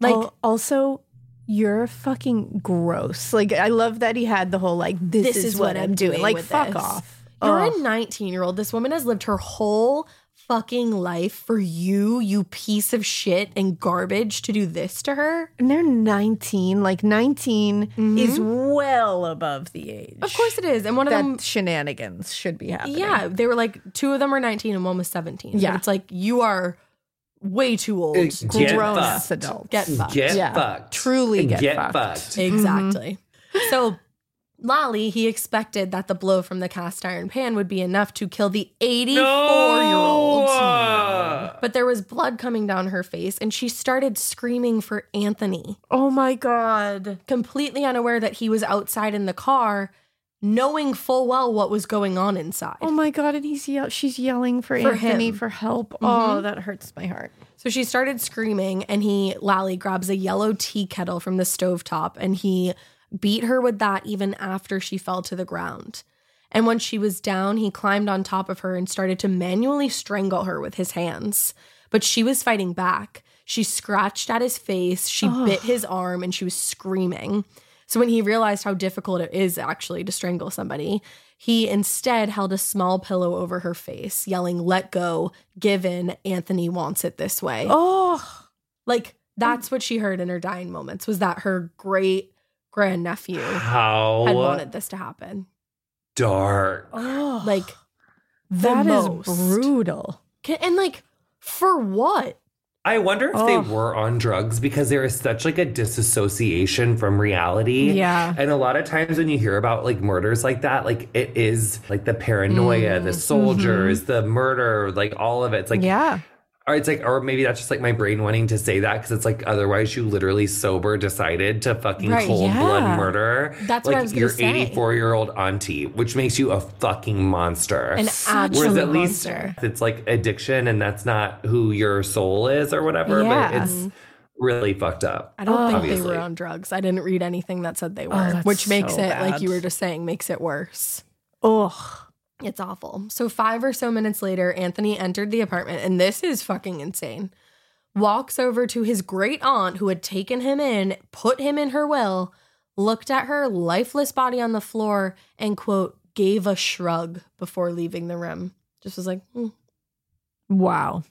Like, Al- also, you're fucking gross. Like, I love that he had the whole like, this, This is, what I'm doing. Like, with fuck this. off. You're Ugh. a 19 year old. This woman has lived her whole fucking life for you, you piece of shit and garbage to do this to her. and they're 19. Like, 19 is well above the age. Mm-hmm. Of course it is. And one of them that shenanigans should be happening. Yeah, they were like two of them were 19 and one was 17. Yeah. But it's like you are way too old. Ex- Grow- Get grown fucked. ass adults. Get fucked. Get Yeah. fucked. Truly get, Get fucked. fucked. Exactly. Mm-hmm. so Lolly, he expected that the blow from the cast iron pan would be enough to kill the 84 year old. No! But there was blood coming down her face and she started screaming for Anthony. Oh my god. completely unaware that he was outside in the car, knowing full well what was going on inside. Oh my god. And he's yell- she's yelling for, For Anthony him. Mm-hmm. for help. Oh, that hurts my heart. So she started screaming, and he, Lally, grabs a yellow tea kettle from the stovetop and he beat her with that even after she fell to the ground. And once she was down, he climbed on top of her and started to manually strangle her with his hands. But she was fighting back. She scratched at his face, she bit his arm, and she was screaming. So when he realized how difficult it is actually to strangle somebody, he instead held a small pillow over her face, yelling, Let go, give in, Anthony wants it this way. Oh. Like that's what she heard in her dying moments was that her great grandnephew had How wanted this to happen. dark. Oh. Like the that is most. brutal. Ca- And like for what? I wonder if Oh. they were on drugs because there is such like a disassociation from reality. Yeah. And a lot of times when you hear about like murders like that, like it is like the paranoia, Mm-hmm. the soldiers, the murder, like all of it. It's like yeah. or it's like, or maybe that's just like my brain wanting to say that because it's like otherwise you literally sober decided to fucking Right, cold yeah. blood murder. That's what like I was gonna your say. 84 year old auntie, which makes you a fucking monster. An Whereas absolute at least monster. it's like addiction and that's not who your soul is or whatever, Yeah. but it's really fucked up. I don't think they Obviously. were on drugs. I didn't read anything that said they were, that's which makes so it like bad. you were just saying makes it worse. Oh. It's awful. So, five or so minutes later, Anthony entered the apartment, and this is fucking insane. Walks over to his great aunt who had taken him in, put him in her will, looked at her lifeless body on the floor, and quote, gave a shrug before leaving the room. Just was like, "Hmm." Wow.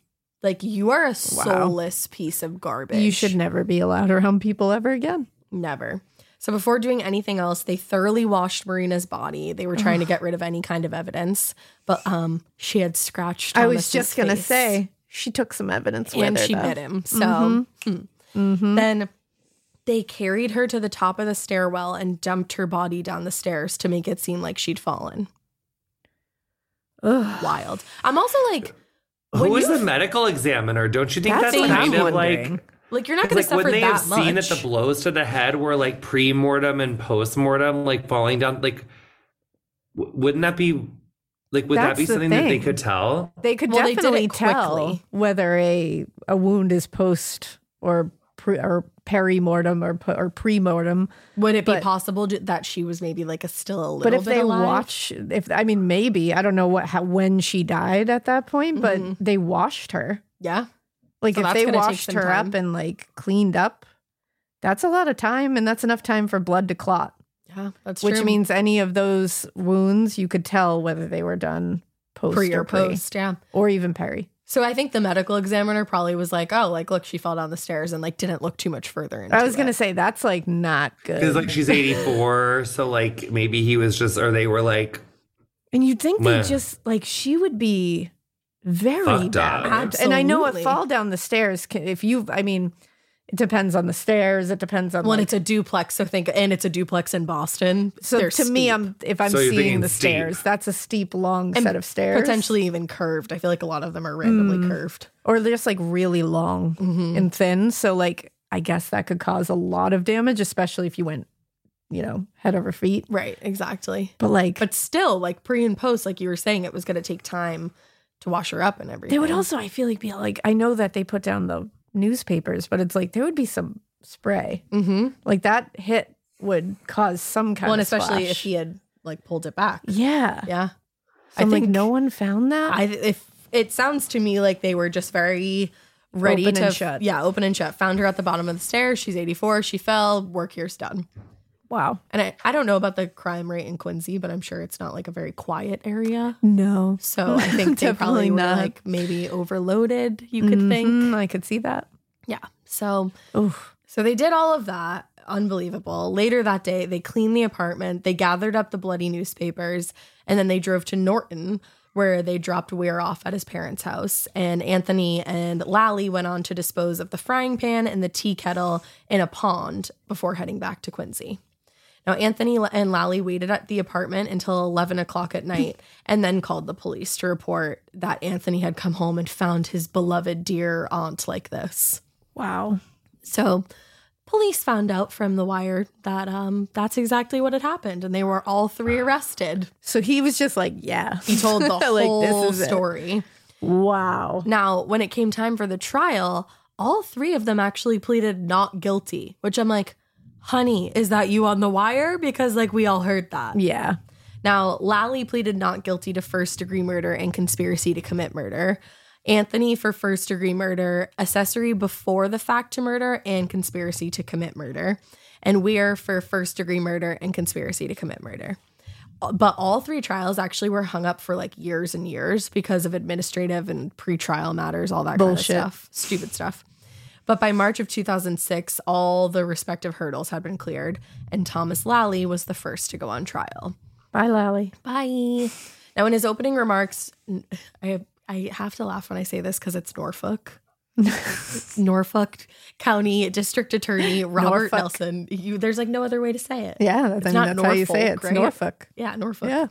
like, you are a soulless piece of garbage. You should never be allowed around people ever again. Never. So before doing anything else, they thoroughly washed Marina's body. They were trying to get rid of any kind of evidence, but um, she had scratched. I was Thomas's just gonna face, say she took some evidence with and her, she though. bit him. So Mhm. mm. Mhm. then they carried her to the top of the stairwell and dumped her body down the stairs to make it seem like she'd fallen. Ugh. Wild. I'm also like, Who When is you- the medical examiner? Don't you think That's that's, what kind I'm of wondering. like like you're not It's going like to suffer would they that have seen that much. the blows to the head were like pre-mortem and post-mortem like falling down like w- wouldn't that be like would That's that be the something that they thing. could tell They could Well, they did definitely it tell quickly. whether a a wound is post or pre or perimortem or po- or premortem. Would it be but- possible to- that she was maybe like a still a little But if bit they alive? watch, if I mean, maybe I don't know what how, when she died at that point, but Mhm. they washed her. yeah, Like So if that's they gonna take washed some her time. up and like cleaned up, that's a lot of time, and that's enough time for blood to clot. yeah, that's which true. means any of those wounds you could tell whether they were done post pre or, or post, yeah. or even peri. So I think the medical examiner probably was like, "Oh, like look, she fell down the stairs and like didn't look too much further." Into I was gonna it. say that's like not because good. like she's [LAUGHS] 84 so like maybe he was just or they were like [LAUGHS] and you'd think they Man. just like she would be very Fucked up. bad. And I know a Absolutely. fall down the stairs can, if you, I mean, It depends on the stairs. It depends on Well, and like- it's a duplex, so think, and it's a duplex in Boston. so They're to me, steep. I'm if I'm So you're seeing thinking the steep. stairs, that's a steep, long set of stairs, potentially even curved. I feel like a lot of them are randomly Hmm. curved. Mm-hmm. or they're just like really long and thin. So like, I guess that could cause a lot of damage, especially if you went, you know, head over feet. Right, exactly. But like, But still, like pre and post, like you were saying, it was going to take time to wash her up and everything. They would also, I feel like, be like, I know that they put down the newspapers, but it's like there would be some spray. hmm Like that hit would cause some kind Well, and of especially if splash. he had like pulled it back. Yeah. Yeah, So I I am like, think no one found that. I if it sounds to me like they were just very ready Open to and shut. yeah open and shut. Found her at the bottom of the stairs. She's eighty four. She fell. Work here's done. wow. And I, I don't know about the crime rate in Quincy, but I'm sure it's not like a very quiet area. No. So I think [LAUGHS] they Definitely probably were not. like maybe overloaded. You could think. Mhm, I could see that. Yeah. So Oof. so they did all of that. Unbelievable. Later that day, they cleaned the apartment, they gathered up the bloody newspapers, and then they drove to Norton, where they dropped Weir off at his parents' house. And Anthony and Lally went on to dispose of the frying pan and the tea kettle in a pond before heading back to Quincy. Now, Anthony and Lally waited at the apartment until 11 o'clock at night and then called the police to report that Anthony had come home and found his beloved dear aunt like this. Wow. So police found out from the wire that um that's exactly what had happened and they were all three arrested. So he was just [LAUGHS] like, yeah. He told the this whole is it. story. Wow. Now, when it came time for the trial, all three of them actually pleaded not guilty, which I'm like, honey, is that you on the wire? Because like we all heard that. Yeah. Now, Lally pleaded not guilty to first degree murder and conspiracy to commit murder. Anthony for first degree murder, accessory before the fact to murder, and conspiracy to commit murder. And Weir for first degree murder and conspiracy to commit murder. But all three trials actually were hung up for like years and years because of administrative and pretrial matters, all that Bullshit. kind of stuff, stupid stuff. But by March of 2006, all the respective hurdles had been cleared, and Thomas Lally was the first to go on trial. Bye, Lally. [LAUGHS] Bye. Now, in his opening remarks, n- I I have to laugh when I say this because it's Norfolk, Norfolk County [LAUGHS] District Attorney Robert Norfolk. Nelson. You, there's like no other way to say it. Yeah. I mean, not that's how you say it. Norfolk, It's right? Norfolk. Yeah, Norfolk. Yeah.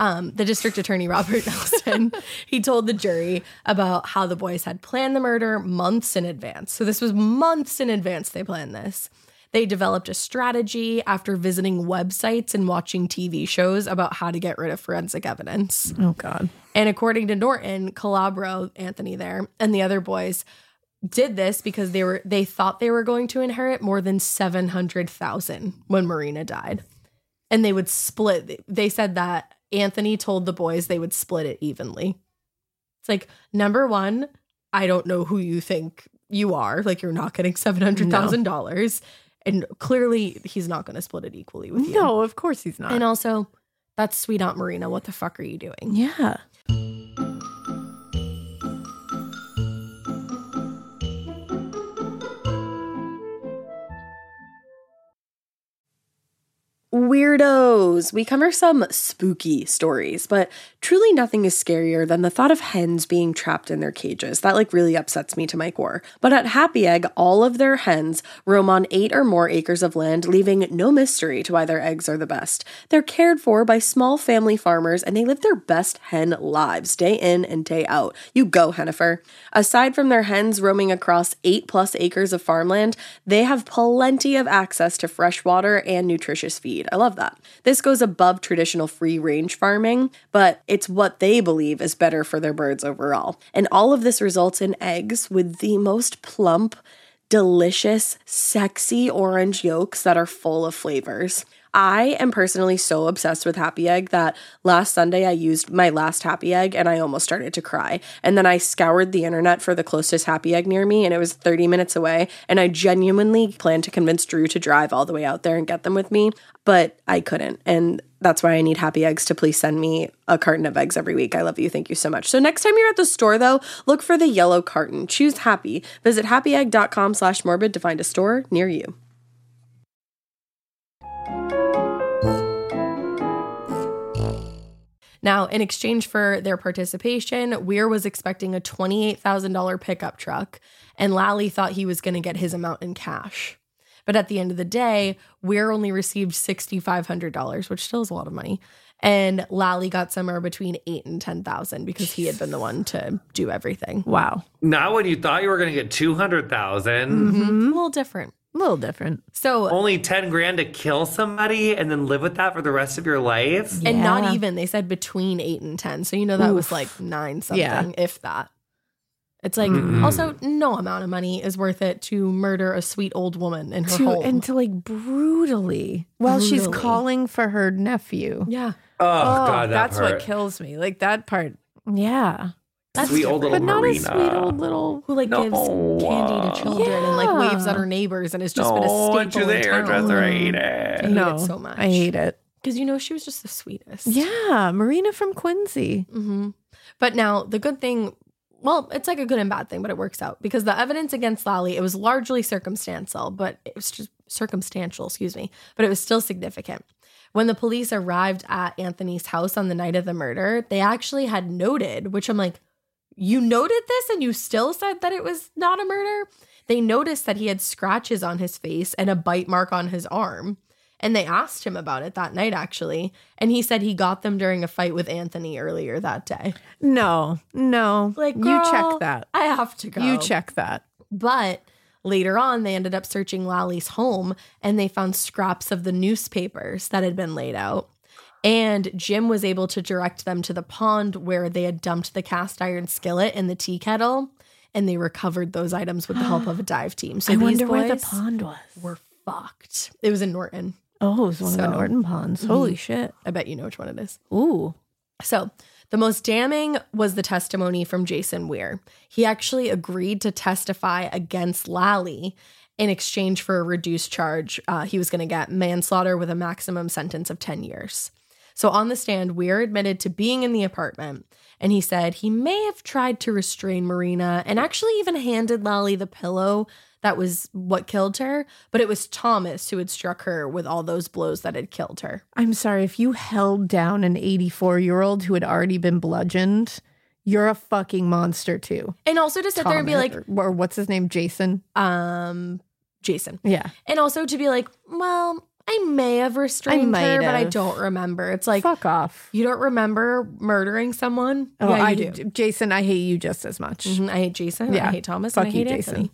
Um, the district [LAUGHS] attorney, Robert Nelson, he told the jury about how the boys had planned the murder months in advance. So, this was months in advance they planned this. They developed a strategy after visiting websites and watching TV shows about how to get rid of forensic evidence. Oh, God. And according to Norton, Calabro, Anthony there, and the other boys did this because they were they thought they were going to inherit more than 700,000 when Marina died. And they would split they said that Anthony told the boys they would split it evenly. It's like number 1, I don't know who you think you are, like you're not getting $700,000 and clearly he's not going to split it equally with you. No, of course he's not. And also, that's sweet Aunt Marina. What the fuck are you doing? yeah. Weirdos. We cover some spooky stories, but truly nothing is scarier than the thought of hens being trapped in their cages. That like really upsets me to my core. But at Happy Egg, all of their hens roam on 8 or more acres of land, leaving no mystery to why their eggs are the best. They're cared for by small family farmers and they live their best hen lives day in and day out. You go, Hennifer. Aside from their hens roaming across 8 plus acres of farmland, they have plenty of access to fresh water and nutritious feed. I love that. This goes above traditional free range farming, but it's what they believe is better for their birds overall. And all of this results in eggs with the most plump, delicious, sexy orange yolks that are full of flavors. I am personally so obsessed with Happy Egg that last Sunday I used my last Happy Egg and I almost started to cry. And then I scoured the internet for the closest Happy Egg near me and it was 30 minutes away. And I genuinely planned to convince Drew to drive all the way out there and get them with me, but I couldn't. And that's why I need happy eggs to please send me a carton of eggs every week. I love you. Thank you so much. So next time you're at the store though, look for the yellow carton. Choose happy. Visit happyegg.com slash morbid to find a store near you. Now, in exchange for their participation, Weir was expecting a $28,000 pickup truck, and Lally thought he was going to get his amount in cash. But at the end of the day, Weir only received $6,500, which still is a lot of money. And Lally got somewhere between eight and 10,000 because he had been the one to do everything. Wow. Not when you thought you were going to get 200,000. A little different. A Mm-hmm. little different. So, Only 10 grand to kill somebody and then live with that for the rest of your life. and Yeah. not even, they said between eight and 10. So, you know, that was like nine something, Yeah. if that. It's like, also, no amount of money is worth it to murder a sweet old woman in her To, home. and to like brutally while she's Brutally. calling for her nephew. yeah. Oh, God, that that's part. what kills me. Like that part. Yeah. That's Sweet old different. little but not Marina. a sweet old little Who like gives No. candy to children and like Yeah. Mm. waves at her neighbors and has just been a Oh, staple went to in the town. hairdresser. I hate it. hate no, it so much. I hate it. Because you know she was just the sweetest. Yeah, Marina from Quincy. hmm But now the good thing, well, it's like a good and bad thing, but it works out because the evidence against Lally it was largely circumstantial, but it was just circumstantial, excuse me, but it was still significant. When the police arrived at Anthony's house on the night of the murder, they actually had noted, which I'm like, you noted this and you still said that it was not a murder? They noticed that he had scratches on his face and a bite mark on his arm. And they asked him about it that night, actually. And he said he got them during a fight with Anthony earlier that day. No, no. Like, you check girl, that. I have to go. You check that. But later on, they ended up searching Lally's home and they found scraps of the newspapers that had been laid out. And Jim was able to direct them to the pond where they had dumped the cast iron skillet and the tea kettle. And they recovered those items with the help of a dive team. So I these wonder boys where the pond was. were fucked. It was in Norton. Oh, it was one of So- the Norton ponds. Holy shit. I bet you know which one it is. Ooh. So, the most damning was the testimony from Jason Weir. He actually agreed to testify against Lally in exchange for a reduced charge. Uh, he was going to get manslaughter with a maximum sentence of 10 years. So, on the stand, Weir admitted to being in the apartment and he said he may have tried to restrain Marina and actually even handed Lally the pillow that was what killed her, but it was Thomas who had struck her with all those blows that had killed her. I'm sorry if you held down an 84 year old who had already been bludgeoned. You're a fucking monster too. And also to sit there and be like, Thomas- or, or what's his name? Jason. um Jason. Yeah. And also to be like, well, I may have restrained might her, but I have. don't remember. It's like fuck off. you don't remember murdering someone? Oh, yeah, you I Mm-hmm. do. Jason, I hate you just as much. Mhm. I hate Jason. Yeah. I hate Thomas. Fuck and I you, hate Jason. Anthony.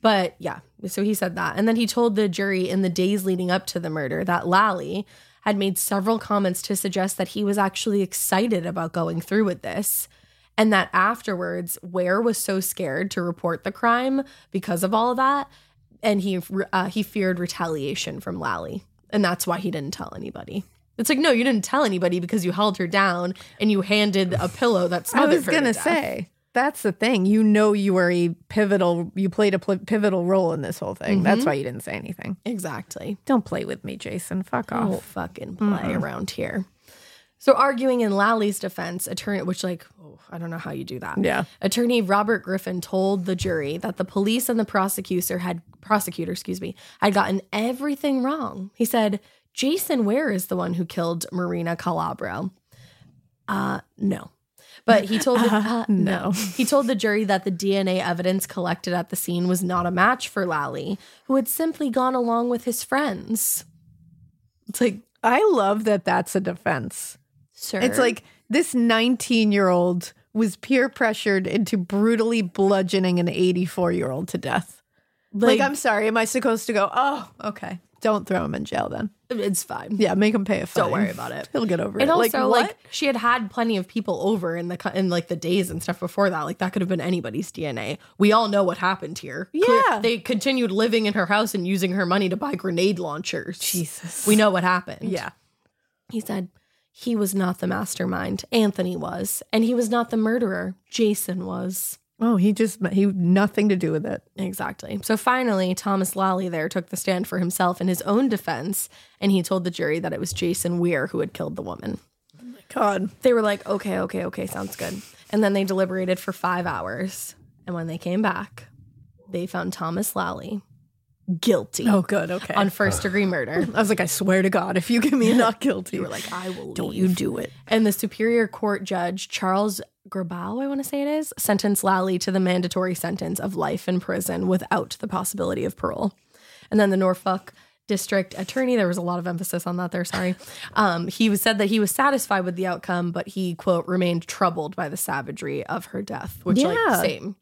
But yeah, so he said that. And then he told the jury in the days leading up to the murder that Lally had made several comments to suggest that he was actually excited about going through with this. And that afterwards, Ware was so scared to report the crime because of all of that. And he uh, he feared retaliation from Lally. And that's why he didn't tell anybody. It's like, no, you didn't tell anybody because you held her down and you handed a pillow that I smothered was her to going to death. say that's the thing. You know, you were a pivotal, you played a pl- pivotal role in this whole thing. That's why you didn't say anything. Exactly. Mm-hmm. Don't play with me, Jason. Fuck Don't off. fucking play around here. So arguing in Lally's defense, attorney, which like, oh, I don't know how you do that. Yeah. Attorney Robert Griffin told the jury that the police and the prosecutor had prosecutor, excuse me, had gotten everything wrong. He said, "Jason Ware is the one who killed Marina Calabro." Uh, no. But he told the, uh, no. He told the jury that the DNA evidence collected at the scene was not a match for Lally, who had simply gone along with his friends. It's like I love that that's a defense. Sure. It's like this 19 year old was peer pressured into brutally bludgeoning an 84 year old to death. Like, I'm sorry. Am I supposed to go, oh, okay. Don't throw him in jail then. it's fine. Yeah, make him pay a fine. Don't worry about it. He'll get over And it. also, like, what? she had had plenty of people over in the co- in like the days and stuff before that. Like that could have been anybody's DNA. We all know what happened here. Cle- Yeah. they continued living in her house and using her money to buy grenade launchers. Jesus. we know what happened. Yeah. he said he was not the mastermind. Anthony was, and he was not the murderer. Jason was. Oh, he just, he nothing to do with it. Exactly. So finally, Thomas Lally there took the stand for himself in his own defense, and he told the jury that it was Jason Weir who had killed the woman. God. They were like, okay, okay, okay, sounds good. And then they deliberated for five hours. And when they came back, they found Thomas Lally guilty Oh, good. Okay. on first degree murder. [LAUGHS] I was like, I swear to God, if you give me a [LAUGHS] not guilty, You were like, I will don't leave. you do it. And the Superior Court Judge Charles Grabau, I want to say it is, sentenced Lally to the mandatory sentence of life in prison without the possibility of parole. And then the Norfolk District Attorney, there was a lot of emphasis on that [LAUGHS] there, sorry. Um, he was said that he was satisfied with the outcome, but he, quote, remained troubled by the savagery of her death, which, like, Yeah. same.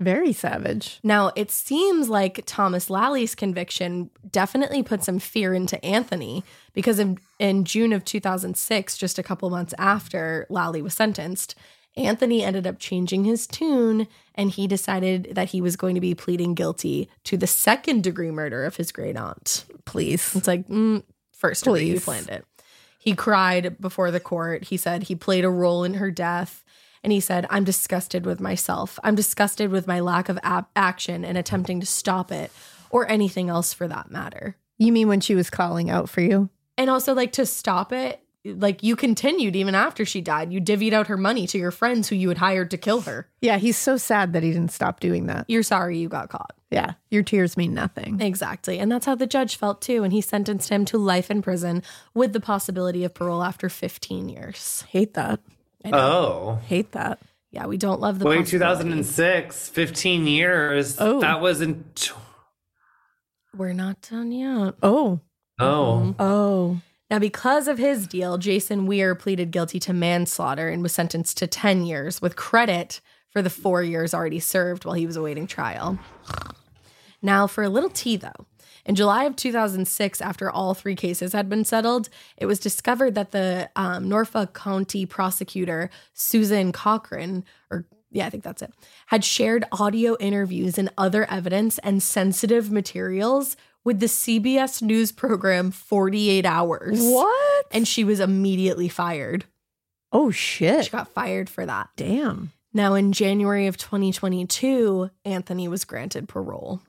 Very savage. Now, it seems like Thomas Lally's conviction definitely put some fear into Anthony because in, in June of 2006, just a couple months after Lally was sentenced, Anthony ended up changing his tune and he decided that he was going to be pleading guilty to the second degree murder of his great aunt. Please. It's like, mm, first degree, you Please. planned it. He cried before the court. He said he played a role in her death. And he said, I'm disgusted with myself. I'm disgusted with my lack of ap- action and attempting to stop it or anything else for that matter. You mean when she was calling out for you? And also, like, to stop it, like, you continued even after she died. You divvied out her money to your friends who you had hired to kill her. Yeah, he's so sad that he didn't stop doing that. You're sorry you got caught. Yeah, your tears mean nothing. Exactly. And that's how the judge felt too. And he sentenced him to life in prison with the possibility of parole after 15 years. Hate that. Oh. Hate that. Yeah, we don't love the Wait, possibility. 2006, 15 years. Oh. That was in. Tw- We're not done yet. Oh, oh. Mm-hmm. oh, Now, because of his deal, Jason Weir pleaded guilty to manslaughter and was sentenced to 10 years with credit for the four years already served while he was awaiting trial. Now, for a little tea though. In July of 2006, after all three cases had been settled, it was discovered that the um, Norfolk County prosecutor, Susan Cochran, or yeah, I think that's it, had shared audio interviews and other evidence and sensitive materials with the CBS news program 48 Hours. what? And she was immediately fired. oh She shit! got fired for that. Damn. Now, in January of 2022, Anthony was granted parole.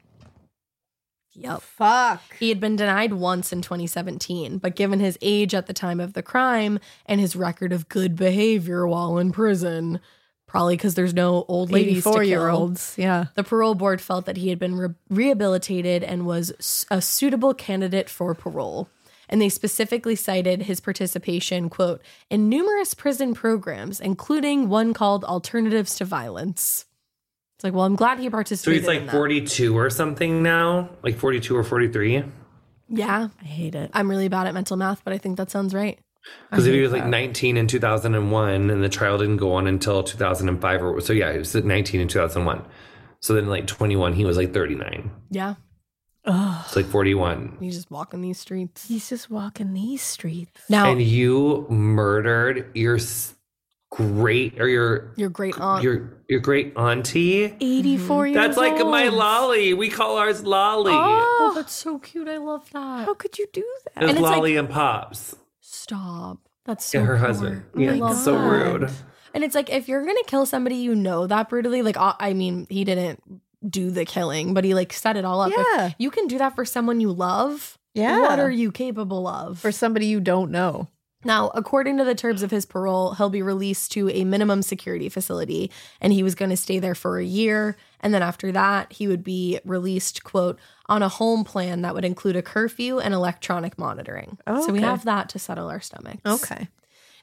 Yep. Fuck. He had been denied once in 2017, but given his age at the time of the crime and his record of good behavior while in prison, probably because there's no old ladies to Eighty-four kill, year olds. Yeah. the parole board felt that he had been re- rehabilitated and was s- a suitable candidate for parole. And they specifically cited his participation, quote, in numerous prison programs, including one called Alternatives to Violence. It's like, well, I'm glad he So participated. he's in like that. 42 or something now? Like 42 or 43? Yeah, I hate it. I'm really bad at mental math, but I think that sounds right. Because if he was like 19 in 2001 and the trial didn't go on until 2005 or so, yeah, he was 19 in 2001. So then, like 21, he was like 39. Yeah, It's like 41. he's just walking these streets. He's just walking these streets. Now, And you murdered your s- great or your your great aunt. your your great auntie. Mm-hmm. 84 years That's like my old. lolly. We call ours lolly. oh, that's so cute. I love that. How could you do that? It was it's like- lolly and pops. Stop. That's so Yeah, her poor. husband. Oh Yeah, my it's so God. rude. And it's like if you're gonna kill somebody you know that brutally, like uh, I mean, he didn't do the killing, but he like set it all up. If Yeah. you can do that for someone you love. Yeah. What are you capable of? For somebody you don't know. Now, according to the terms of his parole, he'll be released to a minimum security facility and he was going to stay there for a year. And then after that, he would be released, quote, on a home plan that would include a curfew and electronic monitoring. Oh, So we okay. have that to settle our stomachs.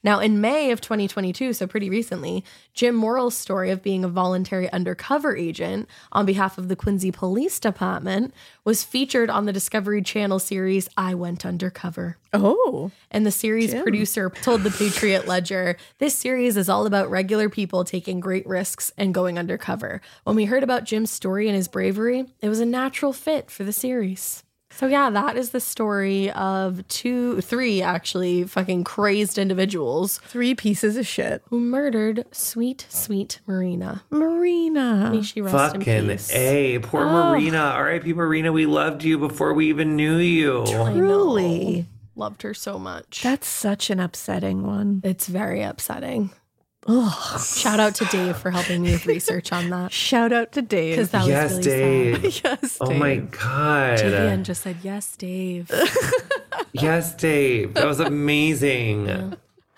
Now, in May of 2022, so pretty recently, Jim Morrill's story of being a voluntary undercover agent on behalf of the Quincy Police Department was featured on the Discovery Channel series I Went Undercover. Oh. And the series producer told the Patriot Ledger, This series is all about regular people taking great risks and going undercover. When we heard about Jim's story and his bravery, it was a natural fit for the series. So yeah, that is the story of two, three actually fucking crazed individuals Three pieces of shit. who murdered sweet, sweet Marina. May Marina. she rest in Fucking peace. Oh. A. Poor Marina. R.I.P. Marina. We loved you before we even knew you. I know. Truly. loved her so much. That's such an upsetting one. it's very upsetting. Ugh. Shout out to Dave for helping me with research on [LAUGHS] that. Shout out to Dave. [LAUGHS] Because that yes, was really [LAUGHS] Dave. yes, Oh my God. sad. Vivian just said, yes, [LAUGHS] Dave. Yes, Dave. That was amazing.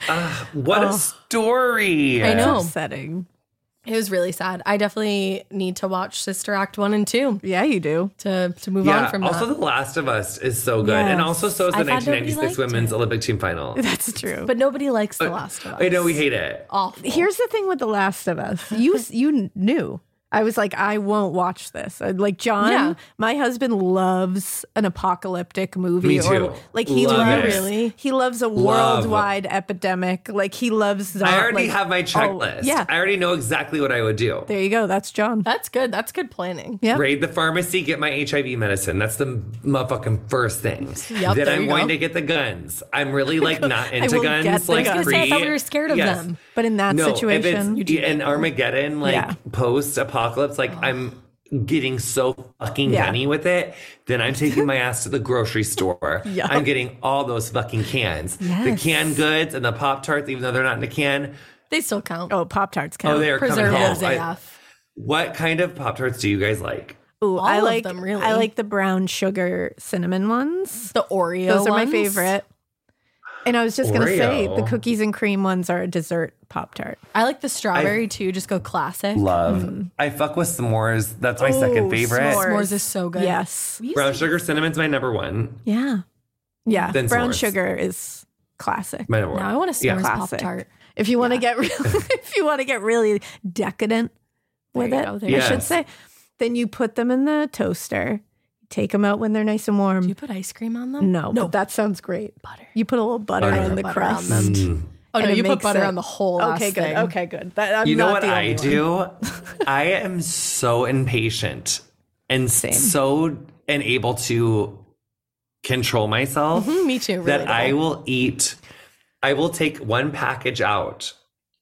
Ah, what a story. Oh. I know. Upsetting. It was really sad. I definitely need to watch Sister Act one and two Yeah, you do. to to move on from also, that. The Last of Us is so good, and Yes. also so is the I thought nobody 1996 liked Women's Olympic Team [LAUGHS] Final. That's true. but nobody likes The Last of Us. Uh, I know we hate it. Awful. Here's the thing with The Last of Us. You you knew. I was like, I won't watch this. I- Like John, Yeah. my husband loves an apocalyptic movie. Me too. Or like he Love loves it. Really? he loves a Love. worldwide epidemic. Like he loves. Zom- I already like- oh, have oh, my checklist. yeah. I already know exactly what I would do. There you go. That's John. That's good. That's good planning. Yeah. Raid the pharmacy, get my HIV medicine. That's the motherfucking first thing. Yup, then there I'm you going go. to get the guns. I'm really [LAUGHS] like not into will guns. get the like guns. I was gonna say, I thought free. we were scared of Yes. them. But in that no, situation, if it's an Armageddon like Yeah. post apocalypse, like I'm getting so fucking Yeah. gunny with it, then I'm taking my ass to the grocery store. [LAUGHS] Yup. I'm getting all those fucking cans, the Yes. canned goods and the pop tarts, even though they're not in a can. They still count. oh, Pop Tarts Oh, count. they are coming home. Preservatives I- AF. what kind of pop tarts do you guys like? Ooh, all I of like them, really. I like the brown sugar cinnamon ones. The Oreo. Those are my ones. favorite. And I was just going to say the Oreo. cookies and cream ones are a dessert Pop Tart. I like the strawberry too. Just go classic. Love. I fuck with s'mores. That's my second favorite. s'mores. Mm-hmm. S'mores is so good. Yes. We used Brown to- sugar cinnamon's my number one. Yeah. Yeah. Then Brown s'mores. sugar is classic. My number one. Now I want a Yeah. s'mores pop Classic. tart. If you want to get [LAUGHS] really, if you want to get really decadent There with you it, go, I there you go. should say, then you put them in the toaster. Take them out when they're nice and Do warm. you put ice cream on them? No, no but that sounds great. butter. You put a little butter Butter. on the Butter on crust. them. Mm. Oh no, And it you put makes butter it- on the whole. Okay, ass good. thing. Okay, good. That, I'm You know not what the I only one. do? [LAUGHS] I am so impatient and so unable to control myself Mm-hmm, Mhm, me too. that I relatable. will eat. I will take one package out,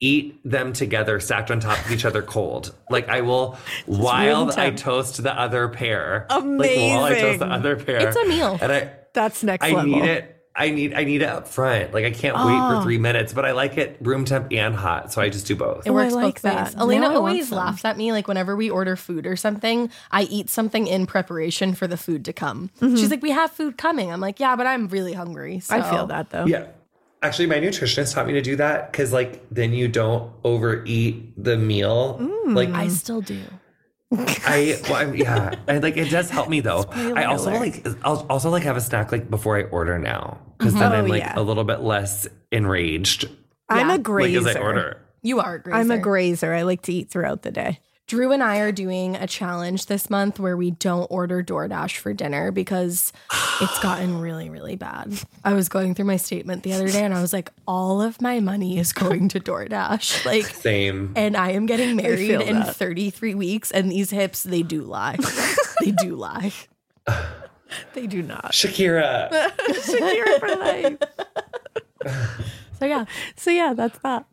eat them together, stacked on top of each other, cold. Like [LAUGHS] I will, while I temp. toast the other pair. Like, while I toast the Amazing. other pair, It's a meal. and I. That's next I level. Ah. need it. I need I need it up front. Like I can't wait for three minutes, but I like it room temp and hot, so I just do both. It Oh, I works like both that. ways. Elena Now I want always some. laughs at me like whenever we order food or something, I eat something in preparation for the food to come. She's like, "We have food coming." I'm like, "Yeah, but I'm really hungry." So. Mm-hmm. I feel that though. Yeah. Actually, my nutritionist taught me to do that because like then you don't overeat the meal. like I Mm. still do. I, well, I'm- yeah, I, like it does help me though. I also like I'll also like have a snack like before I order now because then Mhm. I'm Oh, like yeah. a little bit less enraged I'm Yeah. a grazer. like as I order. You are a grazer. I'm a grazer. I like to eat throughout the day. Drew and I are doing a challenge this month where we don't order DoorDash for dinner because it's gotten really, really bad. I was going through my statement the other day and I was like, all of my money is going to DoorDash. [LAUGHS] Like, Same. and I am getting married feel in that. 33 weeks, and these hips, they [LAUGHS] do lie. they do lie. They do not. Shakira. Secure for life. So, yeah, So yeah, that's that.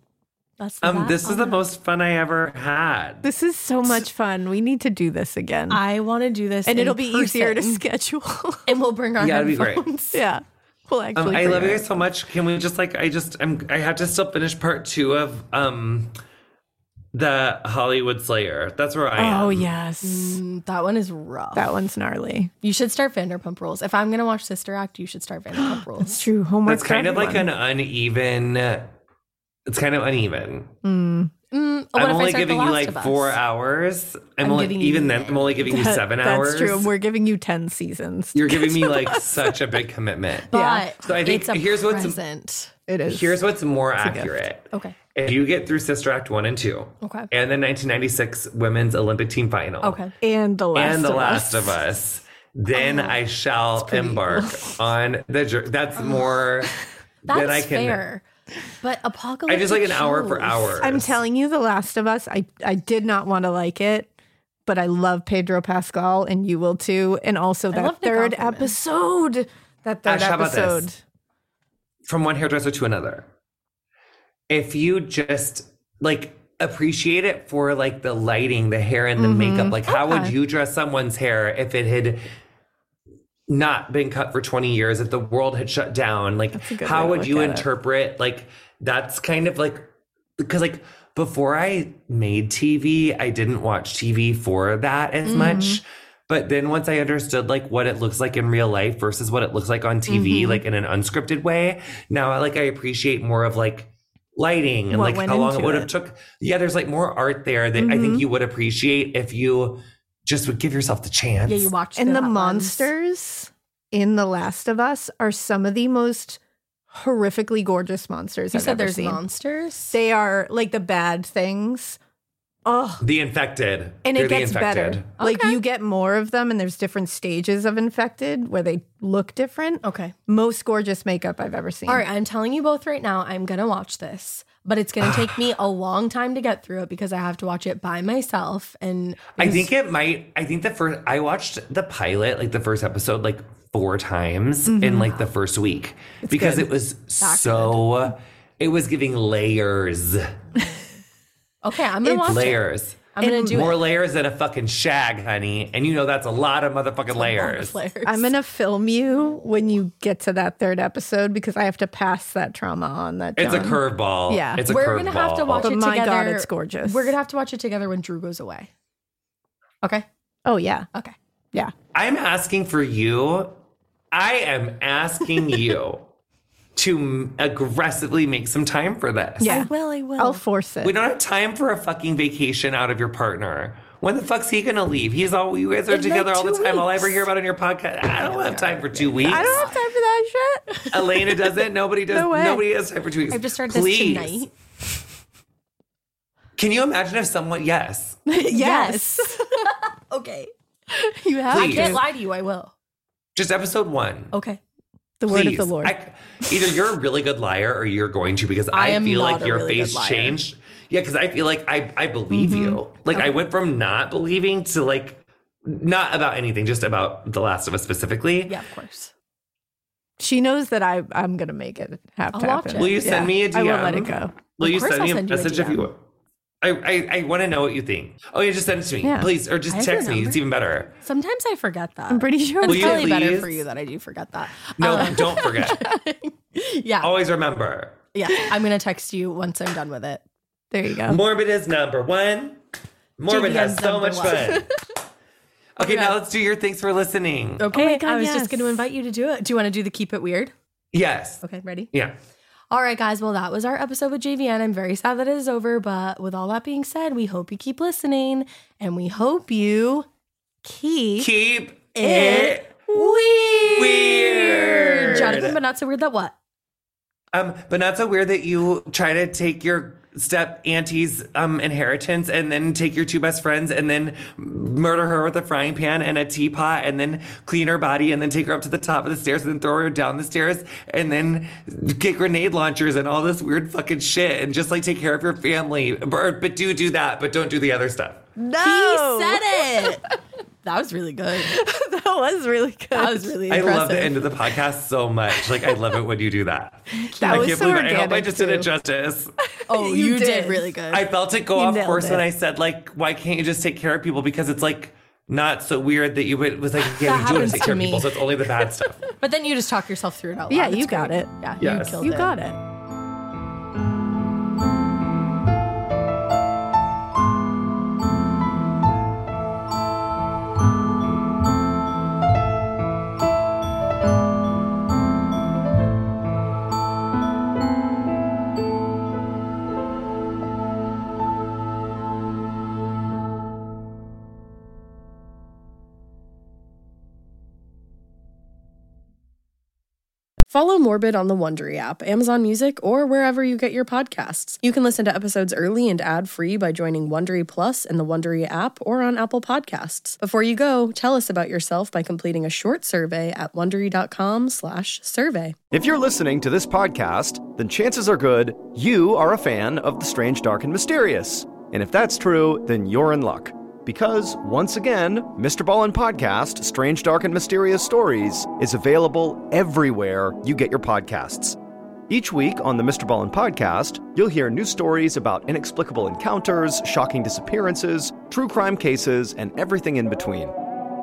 that's Um, that. this is the most fun I ever had. This is so much fun. We need to do this again. I want to do this, and in it'll be easier to [LAUGHS] person. schedule. and we'll bring our Yeah, it'd be great. headphones. yeah. We'll Um, actually I love you figure guys so much. Can we just like I just I'm I have to still finish part two of um the Hollywood Slayer. That's where I it am. out. Oh yes. Mm, that one is rough. That one's gnarly. You should start Vanderpump Rules. If I'm gonna watch Sister Act, you should [GASPS] start Vanderpump It's Rules. true. Homework. That's kind of [LAUGHS] like an uneven. It's kind of uneven. an Mm, what I'm if I only start The giving you Last like of Us? four hours. I'm, I'm only giving you- even then. I'm only giving you seven that's hours. true. We're giving you ten seasons. You're giving [LAUGHS] me like such a big commitment. But Yeah. So I think it's a here's what's- present. It is. Here's what's more a gift. accurate. Okay. If you get through Sister Act one and two, Oh. Okay. and the 1996 Women's Olympic team final, Okay. and the last and The of Last us. Oh, of Us, then I shall embark [LAUGHS] on the journey. That's more Oh. That's than I can. fair. But apocalypse. I just like an hour per hour. I'm telling you, The Last of Us, I, I did not want to like it, but I love Pedro Pascal and you will too. And also love that Nicole third Kidman. episode. That third Ash, how about this? episode. from one hairdresser to another. If you just like appreciate it for like the lighting, the hair, and the Mm-hmm. makeup, like how would Okay. you dress someone's hair if it had not been cut for 20 years, if the world had shut down? Like, a good way how to would look you at it. interpret? Like, that's kind of like because like before I made TV, I didn't watch TV for that as Mm-hmm. much. But then once I understood like what it looks like in real life Mm-hmm. versus what it looks like on TV, like in an unscripted way, now I like I appreciate more of like lighting and What like went how long it into would have it. took. Yeah, there's like more art there that I think you would appreciate if you just would give yourself the chance. Yeah, you watched And it the at once. monsters in The Last of Us are some of the most horrifically gorgeous monsters You I've said ever there's seen. monsters. They are like the bad things. Oh, the infected. and They're it the gets infected. better. Like you get more of them, and there's different stages of infected where they look different. Okay. Most gorgeous makeup I've ever seen. Oh. All right, I'm telling you both right now, I'm going to watch this, but it's going [SIGHS] to take me a long time to get through it because I have to watch it by myself. And I think it might. I think the first I watched the pilot, like the first episode, like four times in like the first week because it was so. It was giving layers, okay, I'm going to watch [LAUGHS] it. layers, I'm going to do more it. layers than a fucking shag, honey. And you know that's a lot of motherfucking layers. Layers. I'm gonna film you when you get to that third episode because I have to pass that trauma on. That It's a John. curveball. Yeah. it's a We're curveball. going to have to watch But it my God, together. it's gorgeous. We're going to have to watch it together when Drew goes away. Okay. Oh yeah, Okay. yeah. I'm asking for you. I am asking [LAUGHS] you to m- aggressively make some time for this. Yeah. I will. I will. I'll force it. We don't have time for a fucking vacation out of your partner. When the fuck's he gonna leave? He's all you guys are In, like, together all the two time. All I ever weeks. hear about on your podcast. I don't have time for two weeks. I don't have time for that shit. Elena doesn't. [LAUGHS] Nobody does. No way. nobody has time for two weeks. I've just started Please. this tonight. Can you imagine if someone? Yes. [LAUGHS] [LAUGHS] Yes. okay. You have. I Please. can't lie to you. I will. Just episode one. Okay. The word of the Please. Lord. I- either you're a really good liar or you're going to because I, I am feel not like a your really good face liar. Mm-hmm. changed. Yeah, because I feel like I I believe you. Like I went from not believing to like not about anything, just about The Last of Us specifically. Yeah, of course. she knows that I I'm gonna make it have I'll to watch happen. it. Will you Yeah. send me a DM? I won't let it go. Will you course send I'll me a send you a message if you? DM. I I, I want to know what you think. Oh yeah, just send it to me, Yeah. please, or I just have text your me. It's number. even better. Sometimes I forget that. I'm pretty sure. It's Will you probably better please? for you that I do forget that. No, Um, don't [LAUGHS] forget. yeah. Always remember, Yeah. I'm going to text you once I'm done with it. there you go. Morbid is number one. Morbid JDM has so Um, number much one. [LAUGHS] fun. Okay, now let's do your thanks for listening. Okay. God, I was just yes. going to invite you to do it. Do you want to do the keep it weird? Yes. Okay. Ready? Yeah. All right, guys. Well, that was our episode with JVN. I'm very sad that it is over. But with all that being said, we hope you keep listening and we hope you keep, Keep it weird. weird. Jonathan, but not so weird that what? Um, but not so weird that you try to take your step auntie's um inheritance and then take your two best friends and then murder her with a frying pan and a teapot and then clean her body and then take her up to the top of the stairs and then throw her down the stairs and then get grenade launchers and all this weird fucking shit and just like take care of your family but, but do do that but don't do the other stuff He said it. [LAUGHS] that was really [LAUGHS] good. that was really good. That was really I impressive. love the end of the podcast so much. Like I love it when you do that. That I was can't so believe it. I hope I organic, just did it too. justice. Oh, You you, did. did. really good. I felt it go You off nailed course when it. I said like, why can't you just take care of people? Because it's like not so weird that you would it was like, yeah, That we do happens take to care me. of people. So it's only the bad stuff. but then you just talk yourself through it out loud. Yeah, It's you got great. it. Yeah, Yes. you killed You it. got it. Follow Morbid on the Wondery app, Amazon Music, or wherever you get your podcasts. You can listen to episodes early and ad-free by joining Wondery Plus in the Wondery app or on Apple Podcasts. Before you go, tell us about yourself by completing a short survey at wondery.com/survey. If you're listening to this podcast, then chances are good you are a fan of the strange, dark, and mysterious. And if that's true, then you're in luck. Because, once again, Mr. Ballin Podcast, Strange, Dark, and Mysterious Stories, is available everywhere you get your podcasts. Each week on the Mr. Ballin podcast, you'll hear new stories about inexplicable encounters, shocking disappearances, true crime cases, and everything in between.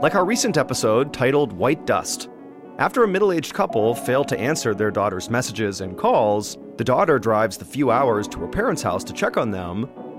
Like our recent episode titled White Dust. After a middle aged couple fail to answer their daughter's messages and calls, the daughter drives the few hours to her parents' house to check on them,